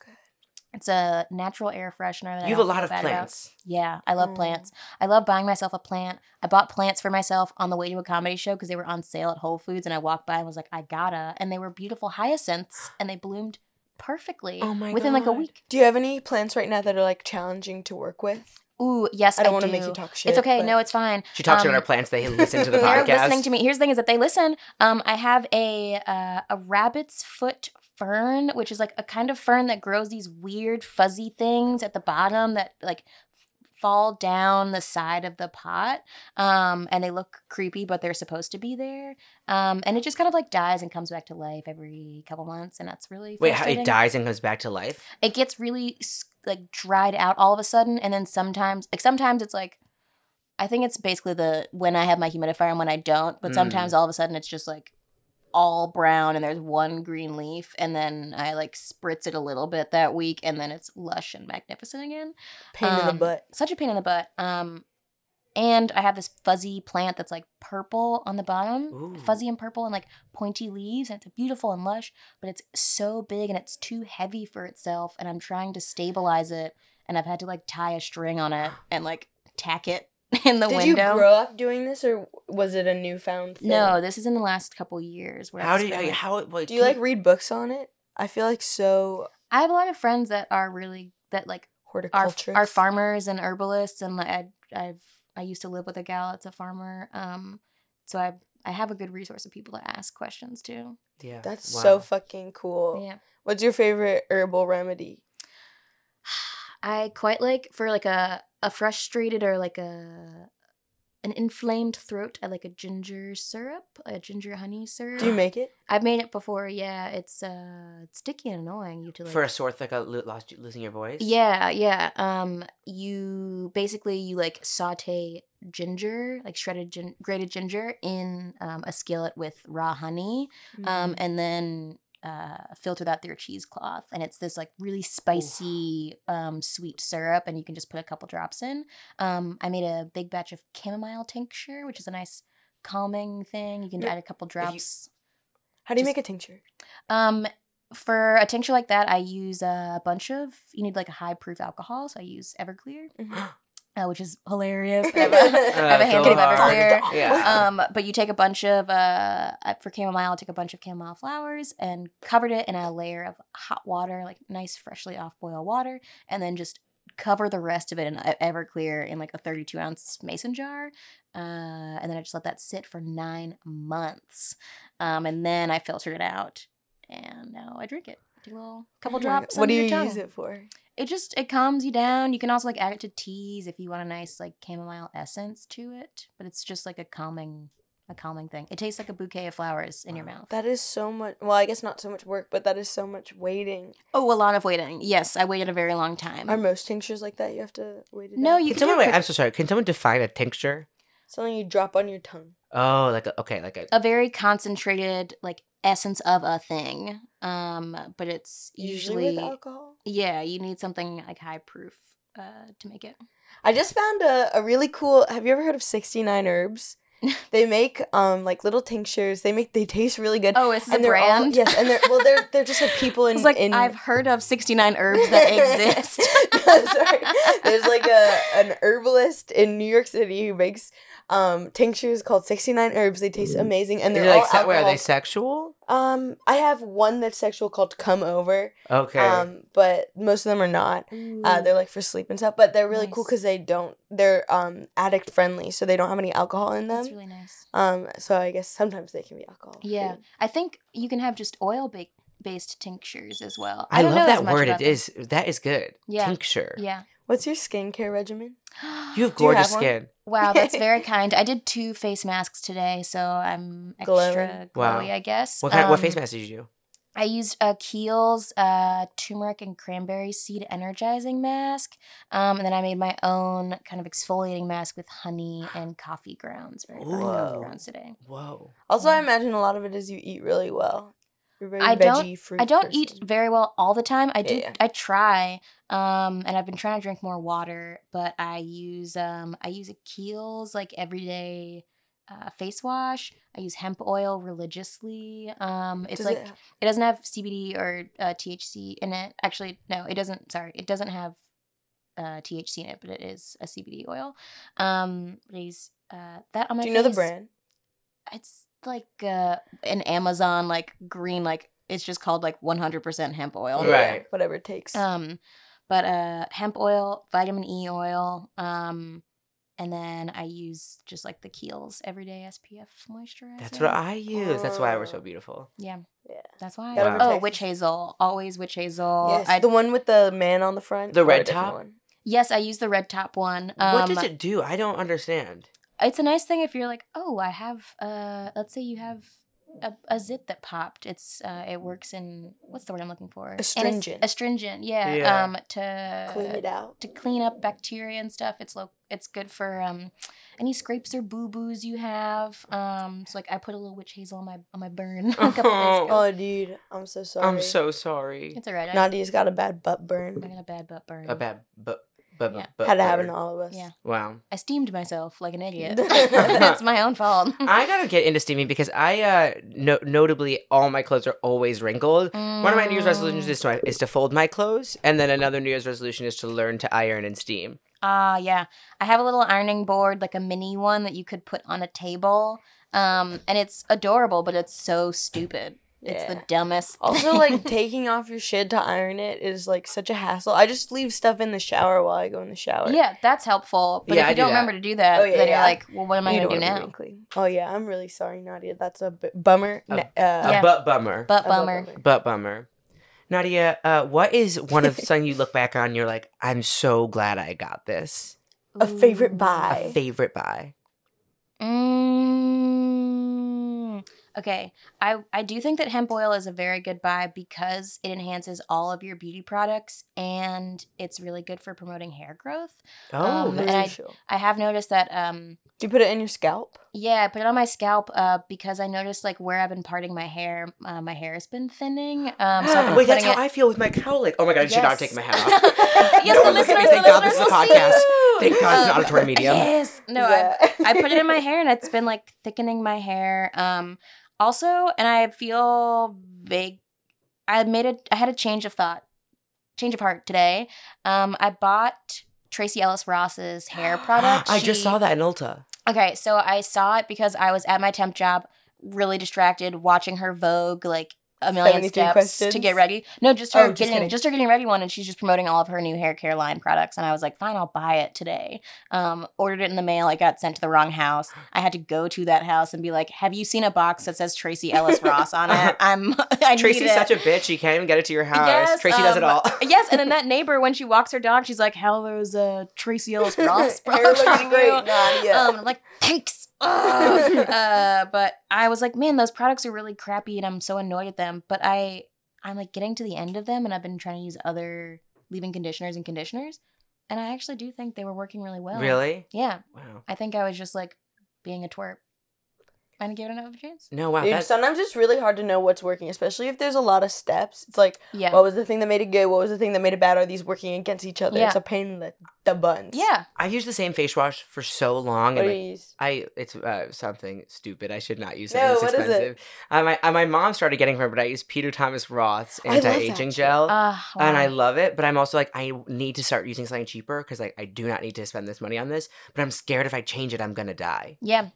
[SPEAKER 5] It's a natural air freshener. That I
[SPEAKER 2] you have a
[SPEAKER 5] don't
[SPEAKER 2] lot
[SPEAKER 5] feel
[SPEAKER 2] of
[SPEAKER 5] bad about.
[SPEAKER 2] plants.
[SPEAKER 5] Yeah, I love
[SPEAKER 4] Mm.
[SPEAKER 5] plants. I love buying myself a plant. I bought plants for myself on the way to a comedy show because they were on sale at Whole Foods, and I walked by and was like, "I gotta!" And they were beautiful hyacinths, and they bloomed perfectly
[SPEAKER 2] Oh my
[SPEAKER 5] within like a
[SPEAKER 2] God.
[SPEAKER 5] week.
[SPEAKER 4] Do you have any plants right now that are like challenging to work with?
[SPEAKER 5] Ooh, yes,
[SPEAKER 4] I
[SPEAKER 5] I
[SPEAKER 4] don't
[SPEAKER 5] want
[SPEAKER 4] to make you talk shit.
[SPEAKER 5] It's okay.
[SPEAKER 4] but-
[SPEAKER 5] No, it's fine.
[SPEAKER 2] She talks
[SPEAKER 5] Um,
[SPEAKER 2] about her plants. They listen to the
[SPEAKER 4] they're
[SPEAKER 5] They're
[SPEAKER 2] podcast.
[SPEAKER 5] listening to me. Here's the thing: is that they listen. Um, I have a uh, a rabbit's foot fern, which is like a kind of fern that grows these weird fuzzy things at the bottom that like f- fall down the side of the pot. Um, and they look creepy, but they're supposed to be there. Um, and it just kind of like dies and comes back to life every couple months, and that's really
[SPEAKER 2] Wait, how
[SPEAKER 5] frustrating.
[SPEAKER 2] it dies and comes back to life?
[SPEAKER 5] It gets really s- like dried out all of a sudden, and then sometimes like sometimes it's like. I think it's basically the when I have my humidifier and when I don't, but
[SPEAKER 2] Mm.
[SPEAKER 5] sometimes all of a sudden it's just like all brown and there's one green leaf and then I like spritz it a little bit that week and then it's lush and magnificent again.
[SPEAKER 4] Pain in the
[SPEAKER 5] Um,
[SPEAKER 4] butt.
[SPEAKER 5] Such a pain in the butt. Um and I have this fuzzy plant that's like purple on the bottom,
[SPEAKER 2] Ooh.
[SPEAKER 5] fuzzy and purple and like pointy leaves and it's beautiful and lush, but it's so big and it's too heavy for itself and I'm trying to stabilize it and I've had to like tie a string on it and like tack it in the
[SPEAKER 4] Did
[SPEAKER 5] window.
[SPEAKER 4] you grow up doing this, or was it a newfound thing?
[SPEAKER 5] No, this is in the last couple years. Where
[SPEAKER 2] How
[SPEAKER 5] I've
[SPEAKER 2] do you?
[SPEAKER 5] spent-
[SPEAKER 2] How? What,
[SPEAKER 4] Do you like read books on it? I feel like so
[SPEAKER 5] I have a lot of friends that are really that like are
[SPEAKER 4] horticulturist.
[SPEAKER 5] are farmers and herbalists, and like, I I've I used to live with a gal that's a farmer. Um, so I I have a good resource of people to ask questions to.
[SPEAKER 2] Yeah.
[SPEAKER 4] That's
[SPEAKER 2] wow.
[SPEAKER 4] so fucking cool.
[SPEAKER 5] Yeah,
[SPEAKER 4] What's your favorite herbal remedy?
[SPEAKER 5] I quite like for like a a frustrated or like a an inflamed throat. I like a ginger syrup, a ginger honey syrup.
[SPEAKER 4] Do you make it?
[SPEAKER 5] I've made it before. Yeah, it's uh it's sticky and annoying. You to like
[SPEAKER 2] for a sort like a lo- lost, losing your voice.
[SPEAKER 5] Yeah, yeah. Um, you basically you like saute ginger, like shredded gin- grated ginger, in um, a skillet with raw honey,
[SPEAKER 4] Mm-hmm.
[SPEAKER 5] um, and then uh, filter that through a cheesecloth, and it's this like really spicy, um, sweet syrup, and you can just put a couple drops in. Um, I made a big batch of chamomile tincture, which is a nice calming thing. You can
[SPEAKER 2] Yeah.
[SPEAKER 5] add a couple drops.
[SPEAKER 4] How do you
[SPEAKER 5] just-
[SPEAKER 4] make a tincture?
[SPEAKER 5] Um, for a tincture
[SPEAKER 4] Mm-hmm.
[SPEAKER 5] like that, I use a bunch of. You need like a high proof alcohol, so I use Everclear. uh, which is hilarious. I have a, I have a
[SPEAKER 2] Uh,
[SPEAKER 5] hand
[SPEAKER 2] go
[SPEAKER 5] up
[SPEAKER 2] hard.
[SPEAKER 5] everywhere.
[SPEAKER 2] Yeah.
[SPEAKER 5] Um, but you take a bunch of uh, uh, for chamomile, I'll take a bunch of chamomile flowers and covered it in a layer of hot water, like nice freshly off boil water, and then just cover the rest of it in e- Everclear in like a 32 ounce mason jar, uh, and then I just let that sit for nine months, um, and then I filtered it out, and now I drink it. Take a little couple drops.
[SPEAKER 4] What
[SPEAKER 5] under
[SPEAKER 4] do you
[SPEAKER 5] your tongue
[SPEAKER 4] use it for?
[SPEAKER 5] it just it calms you down. You can also like add it to teas if you want a nice like chamomile essence to it, but it's just like a calming a calming thing. It tastes like a bouquet of flowers in your mouth.
[SPEAKER 4] That is so much. Well, I guess not so much work, but that is so much waiting.
[SPEAKER 5] Oh, a lot of waiting. Yes, I waited a very long time.
[SPEAKER 4] Are most tinctures like that? You have to wait. It
[SPEAKER 5] no,
[SPEAKER 4] out?
[SPEAKER 5] you
[SPEAKER 2] Can
[SPEAKER 5] can
[SPEAKER 2] someone wait? I'm so sorry. Can someone define a tincture?
[SPEAKER 4] something you drop on your tongue.
[SPEAKER 2] Oh, like a, okay, like a
[SPEAKER 5] a very concentrated like essence of a thing. Um, but it's usually,
[SPEAKER 4] with alcohol.
[SPEAKER 5] yeah, you need something like high proof uh to make it.
[SPEAKER 4] I just found a, a really cool. Have you ever heard of sixty nine herbs? they make um like little tinctures. They make they taste really good.
[SPEAKER 5] Oh, it's a
[SPEAKER 4] they're all-
[SPEAKER 5] brand.
[SPEAKER 4] yes, and they're well, they're they're just like people in.
[SPEAKER 5] it's like
[SPEAKER 4] in,
[SPEAKER 5] I've heard of 69 herbs that exist.
[SPEAKER 4] No, sorry. There's like a an herbalist in New York City who makes um tinctures called 69 herbs. They
[SPEAKER 5] Mm.
[SPEAKER 4] taste amazing and
[SPEAKER 2] Is
[SPEAKER 4] they're
[SPEAKER 2] it like
[SPEAKER 4] all
[SPEAKER 2] se- wait, are
[SPEAKER 4] alcohol.
[SPEAKER 2] they sexual?
[SPEAKER 4] um I have one that's sexual called Come Over.
[SPEAKER 2] Okay.
[SPEAKER 4] Um but most of them are not. Uh, they're like for sleep and stuff, but they're really cool
[SPEAKER 5] Mm. Nice.
[SPEAKER 4] cuz they don't they're um addict friendly, so they don't have any alcohol in them.
[SPEAKER 5] That's really nice.
[SPEAKER 4] um so I guess sometimes they can be alcohol.
[SPEAKER 5] Yeah, I think you can have just oil ba- based tinctures as well.
[SPEAKER 2] I,
[SPEAKER 5] don't
[SPEAKER 2] love
[SPEAKER 5] know as
[SPEAKER 2] that
[SPEAKER 5] much
[SPEAKER 2] word.
[SPEAKER 5] about
[SPEAKER 2] It
[SPEAKER 5] them.
[SPEAKER 2] is that is good.
[SPEAKER 5] Yeah.
[SPEAKER 2] Tincture.
[SPEAKER 5] Yeah.
[SPEAKER 4] What's your skincare regimen?
[SPEAKER 2] You have
[SPEAKER 4] Do you have
[SPEAKER 2] gorgeous
[SPEAKER 4] one?
[SPEAKER 2] skin.
[SPEAKER 5] wow, that's very kind. I did two face masks today, so I'm
[SPEAKER 4] Glowing.
[SPEAKER 5] extra glowy,
[SPEAKER 2] Wow.
[SPEAKER 5] I guess.
[SPEAKER 2] What kind? what
[SPEAKER 5] Um,
[SPEAKER 2] face mask did you do?
[SPEAKER 5] I used uh, Kiehl's uh, turmeric and cranberry seed energizing mask, um, and then I made my own kind of exfoliating mask with honey and coffee grounds, very fine coffee
[SPEAKER 2] Ooh.
[SPEAKER 5] grounds today.
[SPEAKER 2] Whoa.
[SPEAKER 4] Also, I
[SPEAKER 5] Yeah.
[SPEAKER 4] imagine a lot of it is you eat really well. You're very
[SPEAKER 5] I don't-
[SPEAKER 4] veggie, fruit
[SPEAKER 5] I don't
[SPEAKER 4] person.
[SPEAKER 5] eat very well all the time. I do.
[SPEAKER 4] Yeah, yeah.
[SPEAKER 5] I try, um, and I've been trying to drink more water. But I use um, I use a Kiehl's like everyday uh, face wash. I use hemp oil religiously. Um, it's
[SPEAKER 4] Does
[SPEAKER 5] like
[SPEAKER 4] it-
[SPEAKER 5] it doesn't have CBD or uh, THC in it. Actually, no, it doesn't. Sorry, it doesn't have uh, THC in it, but it is a CBD oil. Um, but I use uh, that on my.
[SPEAKER 4] Do you know the
[SPEAKER 5] face.
[SPEAKER 4] brand?
[SPEAKER 5] It's like uh, an Amazon like green like it's just called like 100% hemp oil.
[SPEAKER 2] Yeah. Right.
[SPEAKER 4] Whatever it takes.
[SPEAKER 5] Um, but uh, hemp oil, vitamin E oil, um, and then I use just like the Kiehl's Everyday SPF moisturizer.
[SPEAKER 2] That's what I use. That's why we're so
[SPEAKER 4] Oh.
[SPEAKER 2] beautiful.
[SPEAKER 5] Yeah.
[SPEAKER 4] Yeah.
[SPEAKER 5] That's why.
[SPEAKER 2] Gotta
[SPEAKER 5] Oh,
[SPEAKER 4] protect
[SPEAKER 5] witch
[SPEAKER 4] yourself.
[SPEAKER 5] hazel. Always witch hazel.
[SPEAKER 4] yes,
[SPEAKER 5] I,
[SPEAKER 4] the one with the man on the front.
[SPEAKER 2] The
[SPEAKER 4] or a
[SPEAKER 2] red
[SPEAKER 4] different
[SPEAKER 2] top?
[SPEAKER 4] One?
[SPEAKER 5] yes, I use the red top one. Um,
[SPEAKER 2] what does it do? I don't understand.
[SPEAKER 5] It's a nice thing if you're like, oh, I have. Uh, let's say you have. A, a zit that popped. It's uh, it works in what's the word I'm looking for? Anis-
[SPEAKER 4] Astringent.
[SPEAKER 5] Astringent, yeah.
[SPEAKER 2] Yeah.
[SPEAKER 5] Um, to
[SPEAKER 4] Clean it out.
[SPEAKER 5] to clean up bacteria and stuff. It's low. It's good for um, any scrapes or boo boos you have. Um, so like I put a little witch hazel on my on my burn a couple days
[SPEAKER 2] Oh.
[SPEAKER 5] ago.
[SPEAKER 4] Oh, dude, I'm so sorry.
[SPEAKER 2] I'm so sorry.
[SPEAKER 5] It's alright. I,
[SPEAKER 4] Nadia's got a bad butt
[SPEAKER 5] I
[SPEAKER 4] burn.
[SPEAKER 5] got a bad butt burn.
[SPEAKER 2] A bad but but
[SPEAKER 5] Yeah.
[SPEAKER 2] but
[SPEAKER 4] Had to happen
[SPEAKER 2] bird.
[SPEAKER 4] to all of us.
[SPEAKER 5] Yeah.
[SPEAKER 2] Wow.
[SPEAKER 5] I steamed myself like an idiot. it's my own fault.
[SPEAKER 2] I gotta get into steaming because I uh no- notably all my clothes are always wrinkled. One of my New Year's
[SPEAKER 5] Mm.
[SPEAKER 2] resolutions is to is to fold my clothes, and then another New Year's resolution is to learn to iron and steam.
[SPEAKER 5] Ah, yeah. I have a little ironing board, like a mini one that you could put on a table. Um, and it's adorable, but it's so stupid. It's the
[SPEAKER 4] Yeah.
[SPEAKER 5] dumbest.
[SPEAKER 4] Also,
[SPEAKER 5] thing.
[SPEAKER 4] like taking off your shit to iron it is like such a hassle. I just leave stuff in the shower while I go in the shower.
[SPEAKER 5] yeah, that's helpful. But
[SPEAKER 2] Yeah,
[SPEAKER 5] if
[SPEAKER 2] I
[SPEAKER 5] you
[SPEAKER 2] do
[SPEAKER 5] don't
[SPEAKER 2] that.
[SPEAKER 5] remember to do that,
[SPEAKER 4] Oh, yeah,
[SPEAKER 5] then you're
[SPEAKER 4] yeah.
[SPEAKER 5] like, well, what am I
[SPEAKER 4] You
[SPEAKER 5] gonna
[SPEAKER 4] don't
[SPEAKER 5] do
[SPEAKER 4] wanna be
[SPEAKER 5] now?
[SPEAKER 4] wrinkly. Oh yeah, I'm really sorry, Nadia. That's a b- bummer.
[SPEAKER 2] A-
[SPEAKER 4] Ne- uh,
[SPEAKER 5] Yeah.
[SPEAKER 2] A butt bummer.
[SPEAKER 5] But
[SPEAKER 4] a butt
[SPEAKER 5] bummer.
[SPEAKER 2] Butt bummer. Nadia, uh, what is one of something you look back on? And you're like, I'm so glad I got this.
[SPEAKER 4] A favorite
[SPEAKER 5] Ooh.
[SPEAKER 4] buy.
[SPEAKER 2] A favorite buy.
[SPEAKER 5] Mm, okay. I, I do think that hemp oil is a very good buy because it enhances all of your beauty products and it's really good for promoting hair growth.
[SPEAKER 2] Oh,
[SPEAKER 5] Um,
[SPEAKER 2] that's-
[SPEAKER 5] and I-
[SPEAKER 4] Crucial.
[SPEAKER 5] I have noticed that um
[SPEAKER 4] Do you put it in your scalp?
[SPEAKER 5] yeah, I put it on my scalp uh because I noticed like where I've been parting my hair, uh, my hair has been thinning. Um so I've been
[SPEAKER 2] wait, that's how
[SPEAKER 5] putting it-
[SPEAKER 2] I feel with my cowlick. Oh my god, I should not
[SPEAKER 5] Yes.
[SPEAKER 2] take my hat off.
[SPEAKER 5] yes,
[SPEAKER 2] No
[SPEAKER 5] the
[SPEAKER 2] one look at me.
[SPEAKER 5] listeners, the
[SPEAKER 2] Thank God this
[SPEAKER 5] listeners
[SPEAKER 2] is a
[SPEAKER 5] will see
[SPEAKER 2] podcast.
[SPEAKER 5] you.
[SPEAKER 2] Thank God it's an
[SPEAKER 5] Um,
[SPEAKER 2] auditory medium.
[SPEAKER 5] Yes. No, I, I put it in my hair and it's been like thickening my hair. Um also and I feel big I made a I had a change of thought, change of heart today. Um I bought Tracy Ellis Ross's hair product.
[SPEAKER 2] I just
[SPEAKER 5] She-
[SPEAKER 2] saw that in Ulta.
[SPEAKER 5] Okay, so I saw it because I was at my temp job, really distracted, watching her Vogue like a million
[SPEAKER 4] 73
[SPEAKER 5] steps to
[SPEAKER 4] questions?
[SPEAKER 5] get ready. No, just her
[SPEAKER 4] Oh, just
[SPEAKER 5] getting
[SPEAKER 4] kidding.
[SPEAKER 5] just, her getting ready one, and she's just promoting all of her new hair care line products. And I was like, fine, I'll buy it today. Um, ordered it in the mail. It got sent to the wrong house. I had to go to that house and be like, have you seen a box that says Tracy Ellis Ross on it? I'm I need
[SPEAKER 2] Tracy's
[SPEAKER 5] it.
[SPEAKER 2] such a bitch. She can't even get it to your house.
[SPEAKER 5] Yes,
[SPEAKER 2] Tracy does it
[SPEAKER 5] um,
[SPEAKER 2] all.
[SPEAKER 5] yes, and then that neighbor, when she walks her dog, she's like, "How those uh, Tracy Ellis Ross
[SPEAKER 4] Hair looks
[SPEAKER 5] products on
[SPEAKER 4] great,
[SPEAKER 5] you?"
[SPEAKER 4] Nadia.
[SPEAKER 5] Um, I'm like, thanks. Ugh. uh, but I was like, man, those products are really crappy, and I'm so annoyed at them. But I, I'm like getting to the end of them, and I've been trying to use other leave-in conditioners and conditioners, and I actually do think they were working really well.
[SPEAKER 2] really?
[SPEAKER 5] Yeah,
[SPEAKER 2] Wow.
[SPEAKER 5] I think I was just like being a twerp. I didn't give it another chance.
[SPEAKER 2] No, wow.
[SPEAKER 4] Dude,
[SPEAKER 2] That's,
[SPEAKER 4] sometimes it's really hard to know what's working, especially if there's a lot of steps. It's like,
[SPEAKER 5] Yeah.
[SPEAKER 4] what was the thing that made it good? What was the thing that made it bad? Are these working against each other?
[SPEAKER 5] Yeah.
[SPEAKER 4] It's a pain in the, the buns.
[SPEAKER 5] yeah.
[SPEAKER 2] I've used the same face wash for so long.
[SPEAKER 4] What
[SPEAKER 2] And
[SPEAKER 4] do
[SPEAKER 2] like,
[SPEAKER 4] you use?
[SPEAKER 2] I it's uh, something stupid. I should not use
[SPEAKER 4] No,
[SPEAKER 2] that. it's
[SPEAKER 4] what is it?
[SPEAKER 2] expensive. Uh, my uh, my mom started getting from it, but I use Peter Thomas Roth's
[SPEAKER 4] I love that
[SPEAKER 2] anti aging
[SPEAKER 4] shit.
[SPEAKER 2] gel.
[SPEAKER 5] Uh,
[SPEAKER 2] And I love it, but I'm also like, I need to start using something cheaper because like I do not need to spend this money on this. But I'm scared if I change it, I'm gonna die.
[SPEAKER 5] Yeah.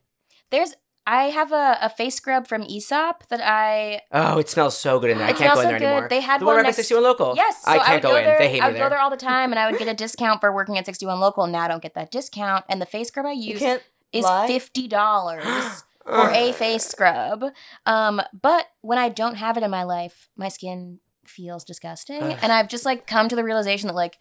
[SPEAKER 5] There's I have a, a face scrub from Aesop that I
[SPEAKER 2] Oh, it smells so good in there. I
[SPEAKER 5] it
[SPEAKER 2] can't go
[SPEAKER 5] smells
[SPEAKER 2] in
[SPEAKER 5] so
[SPEAKER 2] there
[SPEAKER 5] good.
[SPEAKER 2] anymore.
[SPEAKER 5] They had
[SPEAKER 2] the
[SPEAKER 5] one,
[SPEAKER 2] one right
[SPEAKER 5] next
[SPEAKER 2] next to 61 local.
[SPEAKER 5] Yes, so
[SPEAKER 2] I can't
[SPEAKER 5] would
[SPEAKER 2] go in.
[SPEAKER 5] There,
[SPEAKER 2] They hate
[SPEAKER 5] I
[SPEAKER 2] me
[SPEAKER 5] would go there
[SPEAKER 2] there.
[SPEAKER 5] all the time, and I would get a discount for working at 61 local. And now I don't get that discount. And the face scrub I
[SPEAKER 4] You
[SPEAKER 5] use
[SPEAKER 4] can't
[SPEAKER 5] is
[SPEAKER 4] lie.
[SPEAKER 5] fifty dollars for a face scrub. Um, but when I don't have it in my life, my skin feels disgusting,
[SPEAKER 2] Ugh.
[SPEAKER 5] and I've just like come to the realization that like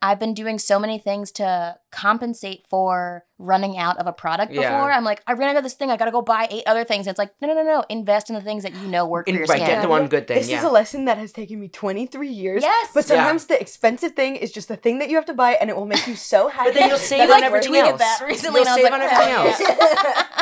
[SPEAKER 5] I've been doing so many things to compensate for running out of a product
[SPEAKER 2] Yeah.
[SPEAKER 5] before. I'm like, I ran out of this thing. I gotta go buy eight other things. It's like, no, no, no, no. Invest in the things that you know work for
[SPEAKER 2] In-
[SPEAKER 5] your
[SPEAKER 2] right,
[SPEAKER 5] skin.
[SPEAKER 2] get the one good thing.
[SPEAKER 4] This is
[SPEAKER 2] Yeah.
[SPEAKER 4] a lesson that has taken me 23 years.
[SPEAKER 5] Yes.
[SPEAKER 4] But
[SPEAKER 2] Yeah.
[SPEAKER 4] sometimes the expensive thing is just the thing that you have to buy and it will make you so happy.
[SPEAKER 2] but then you'll
[SPEAKER 4] that
[SPEAKER 2] save
[SPEAKER 4] it's
[SPEAKER 2] on
[SPEAKER 5] like,
[SPEAKER 2] everything
[SPEAKER 5] tweeted
[SPEAKER 2] else.
[SPEAKER 5] that recently,
[SPEAKER 2] you'll
[SPEAKER 5] and I was
[SPEAKER 2] save
[SPEAKER 5] like,
[SPEAKER 2] on everything
[SPEAKER 5] "Oh,
[SPEAKER 2] else.
[SPEAKER 5] yeah."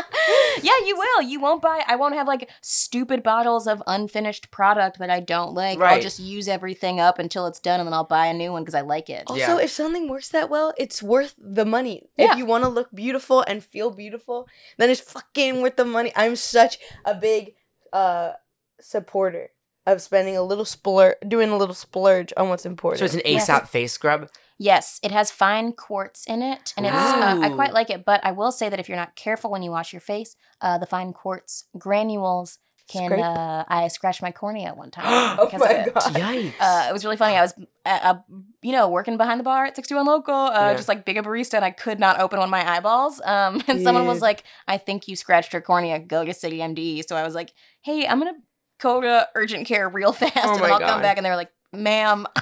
[SPEAKER 5] yeah, you will. You won't buy. I won't have like stupid bottles of unfinished product that I don't like. I'll
[SPEAKER 2] Right.
[SPEAKER 5] just use everything up until it's done, and then I'll buy a new one because I like it.
[SPEAKER 4] Also,
[SPEAKER 2] Yeah.
[SPEAKER 4] if something works that well, it's worth the money.
[SPEAKER 5] Yeah.
[SPEAKER 4] If you want to look beautiful and feel beautiful, then it's fucking worth the money. I'm such a big uh supporter of spending a little splur doing a little splurge on what's important.
[SPEAKER 2] So it's an
[SPEAKER 5] Yes.
[SPEAKER 2] ASAP face scrub.
[SPEAKER 5] Yes, it has fine quartz in it, and it's uh, I
[SPEAKER 2] Ooh.
[SPEAKER 5] quite like it. But I will say that if you're not careful when you wash your face, uh, the fine quartz granules can.
[SPEAKER 4] Scrape?
[SPEAKER 5] Uh, I scratched my cornea one time
[SPEAKER 2] Oh
[SPEAKER 5] because
[SPEAKER 4] my
[SPEAKER 5] of it.
[SPEAKER 4] God.
[SPEAKER 2] Yikes.
[SPEAKER 5] uh, it was really funny. I was, uh, uh, you know, working behind the bar at 61 Local, uh,
[SPEAKER 2] Yeah.
[SPEAKER 5] just like big a barista, and I could not open one of my eyeballs. Um, and someone was
[SPEAKER 4] Dude.
[SPEAKER 5] like, I think you scratched your cornea. Go to City MD. So I was like, hey, I'm going to go to urgent care real fast,
[SPEAKER 2] Oh my
[SPEAKER 5] and then I'll
[SPEAKER 2] God.
[SPEAKER 5] come back. And they were like, ma'am,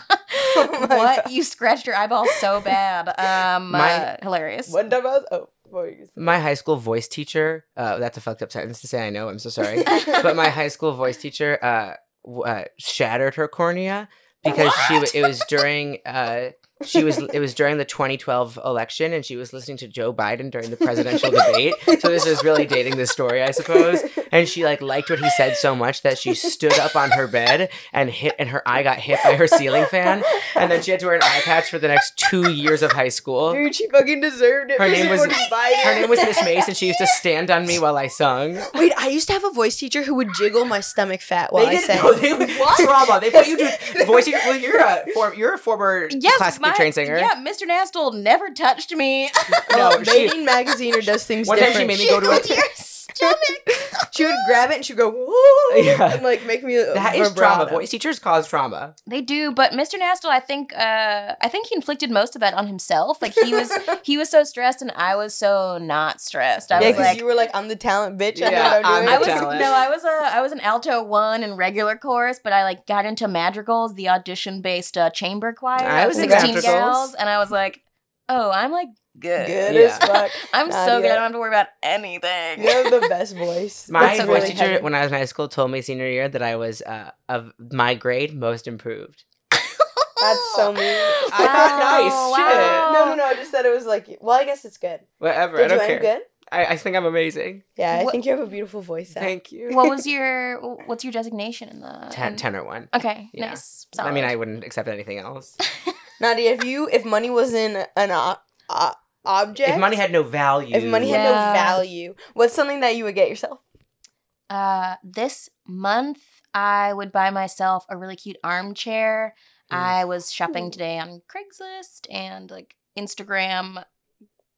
[SPEAKER 4] Oh my
[SPEAKER 5] what?
[SPEAKER 4] God.
[SPEAKER 5] You scratched your eyeball so bad. Um,
[SPEAKER 2] My-
[SPEAKER 5] uh, hilarious.
[SPEAKER 4] one time I was oh what were you saying?
[SPEAKER 2] my high school voice teacher uh, that's a fucked up sentence to say i know i'm so sorry but my high school voice teacher uh, w- uh, shattered her cornea because she w- it was during uh, she was it was during the 2012 election and she was listening to joe biden during the presidential debate so this is really dating this story i suppose and she like liked what he said so much that she stood up on her bed and hit and her eye got hit by her ceiling fan and then she had to wear an eye patch for the next two years of high school
[SPEAKER 4] Dude, she fucking deserved it.
[SPEAKER 2] Her name
[SPEAKER 4] She
[SPEAKER 2] was-
[SPEAKER 4] wouldn't buy it.
[SPEAKER 2] her name was Miss Mace, and she used to stand on me while I sung.
[SPEAKER 4] Wait, I used to have a voice teacher who would jiggle my stomach fat while I sang.
[SPEAKER 2] no, they would trauma. They put you to voice. You're, well, you're a for, you're a former
[SPEAKER 5] Yes,
[SPEAKER 2] classically
[SPEAKER 5] my-
[SPEAKER 2] trained singer.
[SPEAKER 5] Yeah, Mr. Nastle never touched me.
[SPEAKER 2] No,
[SPEAKER 4] Well,
[SPEAKER 2] she,
[SPEAKER 4] Maiden magazine or does things
[SPEAKER 2] One time she
[SPEAKER 4] different.
[SPEAKER 2] made me go to a-
[SPEAKER 5] With your stomach.
[SPEAKER 4] She would grab it and she'd go, woo,
[SPEAKER 2] Yeah.
[SPEAKER 4] and like make me.
[SPEAKER 2] that is trauma. Voice teachers cause trauma.
[SPEAKER 5] They do, but Mr. Nastle, I think, uh, I think he inflicted most of that on himself. Like he was, he was so stressed, and I was so not stressed. I
[SPEAKER 4] Yeah,
[SPEAKER 5] was
[SPEAKER 4] because
[SPEAKER 5] like,
[SPEAKER 4] you were like, I'm the talent, bitch. I know
[SPEAKER 2] Yeah,
[SPEAKER 4] what I'm
[SPEAKER 2] I'm
[SPEAKER 4] doing.
[SPEAKER 5] I was
[SPEAKER 2] talent.
[SPEAKER 5] no, I was a, I was an alto one in regular chorus, but I like got into madrigals, the audition based uh, chamber choir.
[SPEAKER 2] I
[SPEAKER 5] of
[SPEAKER 2] was
[SPEAKER 4] in
[SPEAKER 5] sixteen
[SPEAKER 2] madrigals.
[SPEAKER 5] gals, and I was like, oh, I'm like good.
[SPEAKER 4] good
[SPEAKER 2] Yeah.
[SPEAKER 4] as fuck.
[SPEAKER 5] I'm so good.
[SPEAKER 4] Nadia.
[SPEAKER 5] I don't have to worry about anything.
[SPEAKER 4] You have the best voice.
[SPEAKER 2] My
[SPEAKER 4] That's
[SPEAKER 2] voice
[SPEAKER 4] really
[SPEAKER 2] teacher,
[SPEAKER 4] heavy.
[SPEAKER 2] when I was in high school, told me senior year that I was uh, of my grade most improved.
[SPEAKER 4] That's so mean.
[SPEAKER 2] I thought nice, shit.
[SPEAKER 5] wow.
[SPEAKER 4] No, no, no. I just said it was like, well, I guess it's good.
[SPEAKER 2] Whatever,
[SPEAKER 4] Did
[SPEAKER 2] I don't
[SPEAKER 4] you
[SPEAKER 2] care.
[SPEAKER 4] end good?
[SPEAKER 2] I, I think I'm amazing.
[SPEAKER 4] Yeah, I
[SPEAKER 5] What-
[SPEAKER 4] think you have a beautiful voice. Zach.
[SPEAKER 2] Thank you.
[SPEAKER 5] What was your, what's your designation in the
[SPEAKER 2] ten,
[SPEAKER 5] in-
[SPEAKER 2] ten or one.
[SPEAKER 5] Okay,
[SPEAKER 2] Yeah.
[SPEAKER 5] nice.
[SPEAKER 2] I mean,
[SPEAKER 5] solid.
[SPEAKER 2] I wouldn't accept anything else.
[SPEAKER 4] Nadia, if you, if money was in an o- o- object,
[SPEAKER 2] If money had no value,
[SPEAKER 4] if money had no
[SPEAKER 5] Yeah.
[SPEAKER 4] value, what's something that you would get yourself?
[SPEAKER 5] Uh, this month, I would buy myself a really cute armchair.
[SPEAKER 2] Mm.
[SPEAKER 5] I was shopping
[SPEAKER 4] Ooh.
[SPEAKER 5] today on Craigslist and like Instagram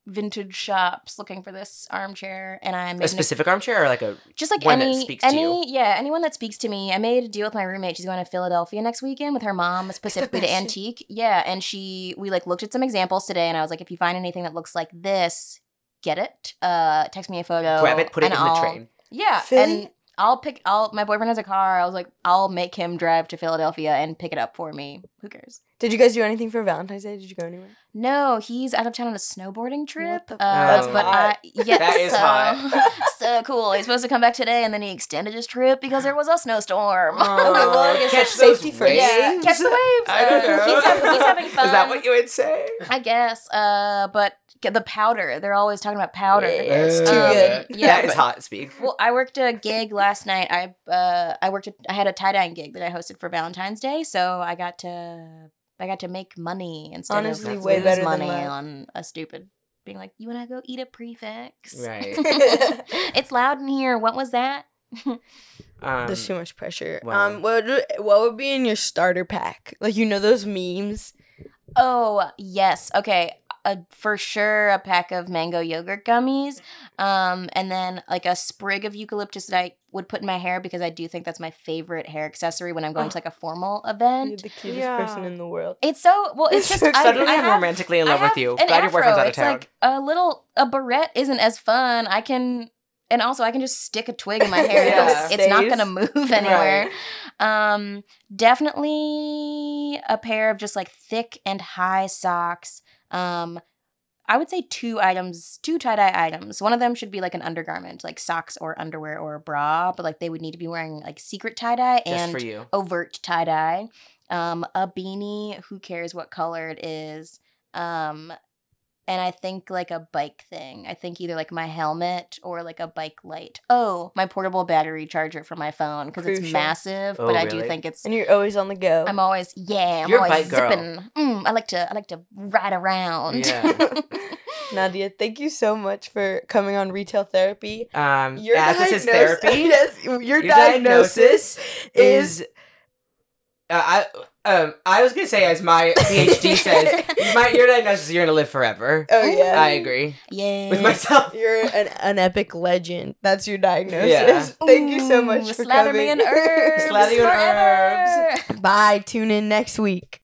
[SPEAKER 5] vintage shops looking for this armchair, and I made
[SPEAKER 2] a
[SPEAKER 5] an-
[SPEAKER 2] specific armchair or like a
[SPEAKER 5] just like
[SPEAKER 2] one that
[SPEAKER 5] any
[SPEAKER 2] speaks to
[SPEAKER 5] any yeah anyone that speaks to me. I made a deal with my roommate. She's going to Philadelphia next weekend with her mom specifically to
[SPEAKER 4] best shit.
[SPEAKER 5] antique. Yeah, and she we like looked at some examples today, and I was like, if you find anything that looks like this, get it. Uh, text me a photo.
[SPEAKER 2] grab it, put it
[SPEAKER 5] and
[SPEAKER 2] in
[SPEAKER 5] I'll-
[SPEAKER 2] the train.
[SPEAKER 5] Yeah,
[SPEAKER 4] Philly-
[SPEAKER 5] and I'll pick. I'll my boyfriend has a car. I was like, I'll make him drive to Philadelphia and pick it up for me. Who cares?
[SPEAKER 4] Did you guys do anything for Valentine's Day? Did you go anywhere?
[SPEAKER 5] No, he's out of town on a snowboarding trip.
[SPEAKER 4] the-
[SPEAKER 5] Uh,
[SPEAKER 2] That's
[SPEAKER 5] but
[SPEAKER 4] hot.
[SPEAKER 5] I, yeah,
[SPEAKER 2] That is
[SPEAKER 5] so,
[SPEAKER 2] hot.
[SPEAKER 5] so cool. He's supposed to come back today, and then he extended his trip because there was a snowstorm.
[SPEAKER 4] well, I
[SPEAKER 2] catch
[SPEAKER 4] guess that's
[SPEAKER 2] those
[SPEAKER 4] safety first.
[SPEAKER 2] waves.
[SPEAKER 5] yeah, catch the waves.
[SPEAKER 2] I don't
[SPEAKER 5] Uh,
[SPEAKER 2] know.
[SPEAKER 5] He's, having, he's having fun.
[SPEAKER 2] Is that what you would say?
[SPEAKER 5] I guess. Uh, but get the powder. They're always talking about powder.
[SPEAKER 2] That's
[SPEAKER 5] too Um, good. yeah,
[SPEAKER 2] that is
[SPEAKER 5] but-
[SPEAKER 2] hot speak.
[SPEAKER 5] Well, I worked a gig last night. I uh, I worked. A, I had a tie dyeing gig that I hosted for Valentine's Day, so I got to I got to make money instead
[SPEAKER 4] Honestly,
[SPEAKER 5] of
[SPEAKER 2] way
[SPEAKER 5] lose
[SPEAKER 4] better than
[SPEAKER 5] money
[SPEAKER 4] life.
[SPEAKER 5] on a stupid being like, you want to go eat a prefix?
[SPEAKER 2] Right.
[SPEAKER 5] it's loud in here. What was that?
[SPEAKER 2] Um,
[SPEAKER 4] There's too much pressure.
[SPEAKER 2] wow.
[SPEAKER 4] Um, what would, what would be in your starter pack? Like you know those memes.
[SPEAKER 5] Oh yes. Okay. A, for sure, a pack of mango yogurt gummies, um, and then like a sprig of eucalyptus that I would put in my hair because I do think that's my favorite hair accessory when I'm going to like a formal event.
[SPEAKER 4] You're the cutest
[SPEAKER 2] Yeah.
[SPEAKER 4] person in the world.
[SPEAKER 5] It's so well. It's just I,
[SPEAKER 2] Suddenly,
[SPEAKER 5] I
[SPEAKER 2] I'm
[SPEAKER 5] have,
[SPEAKER 2] romantically in love
[SPEAKER 5] I have
[SPEAKER 2] with you.
[SPEAKER 5] an
[SPEAKER 2] Glad your boyfriend's
[SPEAKER 5] afro.
[SPEAKER 2] out of
[SPEAKER 5] it's
[SPEAKER 2] town.
[SPEAKER 5] like a little a barrette isn't as fun. I can and also I can just stick a twig in my hair.
[SPEAKER 2] Yeah.
[SPEAKER 5] It's- It's not
[SPEAKER 4] Stays.
[SPEAKER 5] gonna move anywhere. Um, definitely a pair of just like thick and high socks. Um, I would say two items, two tie dye items. One of them should be like an undergarment, like socks or underwear or a bra, but like they would need to be wearing like secret tie dye
[SPEAKER 2] Just
[SPEAKER 5] and
[SPEAKER 2] for you.
[SPEAKER 5] overt tie dye, um, a beanie, who cares what color it is, um, and I think like a bike thing. I think either like my helmet or like a bike light. Oh, my portable battery charger for my phone because it's
[SPEAKER 4] Crucial.
[SPEAKER 5] massive,
[SPEAKER 2] Oh,
[SPEAKER 5] but I
[SPEAKER 2] really?
[SPEAKER 5] do think it's.
[SPEAKER 4] And you're always on the go.
[SPEAKER 5] I'm always yeah. I'm
[SPEAKER 2] You're a bike
[SPEAKER 5] always
[SPEAKER 2] girl.
[SPEAKER 5] zipping. Mm, I like to I like to ride around.
[SPEAKER 2] Yeah.
[SPEAKER 4] Nadia, thank you so much for coming on Retail Therapy.
[SPEAKER 2] Um,
[SPEAKER 4] Your
[SPEAKER 2] as this is
[SPEAKER 4] diagnos-
[SPEAKER 2] therapy.
[SPEAKER 4] yes, your,
[SPEAKER 2] diagnosis
[SPEAKER 4] diagnosis, is
[SPEAKER 2] is uh, I um I was gonna say as my PhD says my your diagnosis you're gonna live forever.
[SPEAKER 4] oh yeah,
[SPEAKER 5] Um,
[SPEAKER 2] I agree
[SPEAKER 5] yeah.
[SPEAKER 2] with myself.
[SPEAKER 4] You're an, an epic legend. That's your diagnosis.
[SPEAKER 2] Yeah.
[SPEAKER 4] Thank you so much
[SPEAKER 5] Ooh,
[SPEAKER 4] for
[SPEAKER 5] slather
[SPEAKER 4] coming.
[SPEAKER 5] me in herbs.
[SPEAKER 2] Slather you in herbs.
[SPEAKER 5] forever.
[SPEAKER 4] Bye. Tune in next week.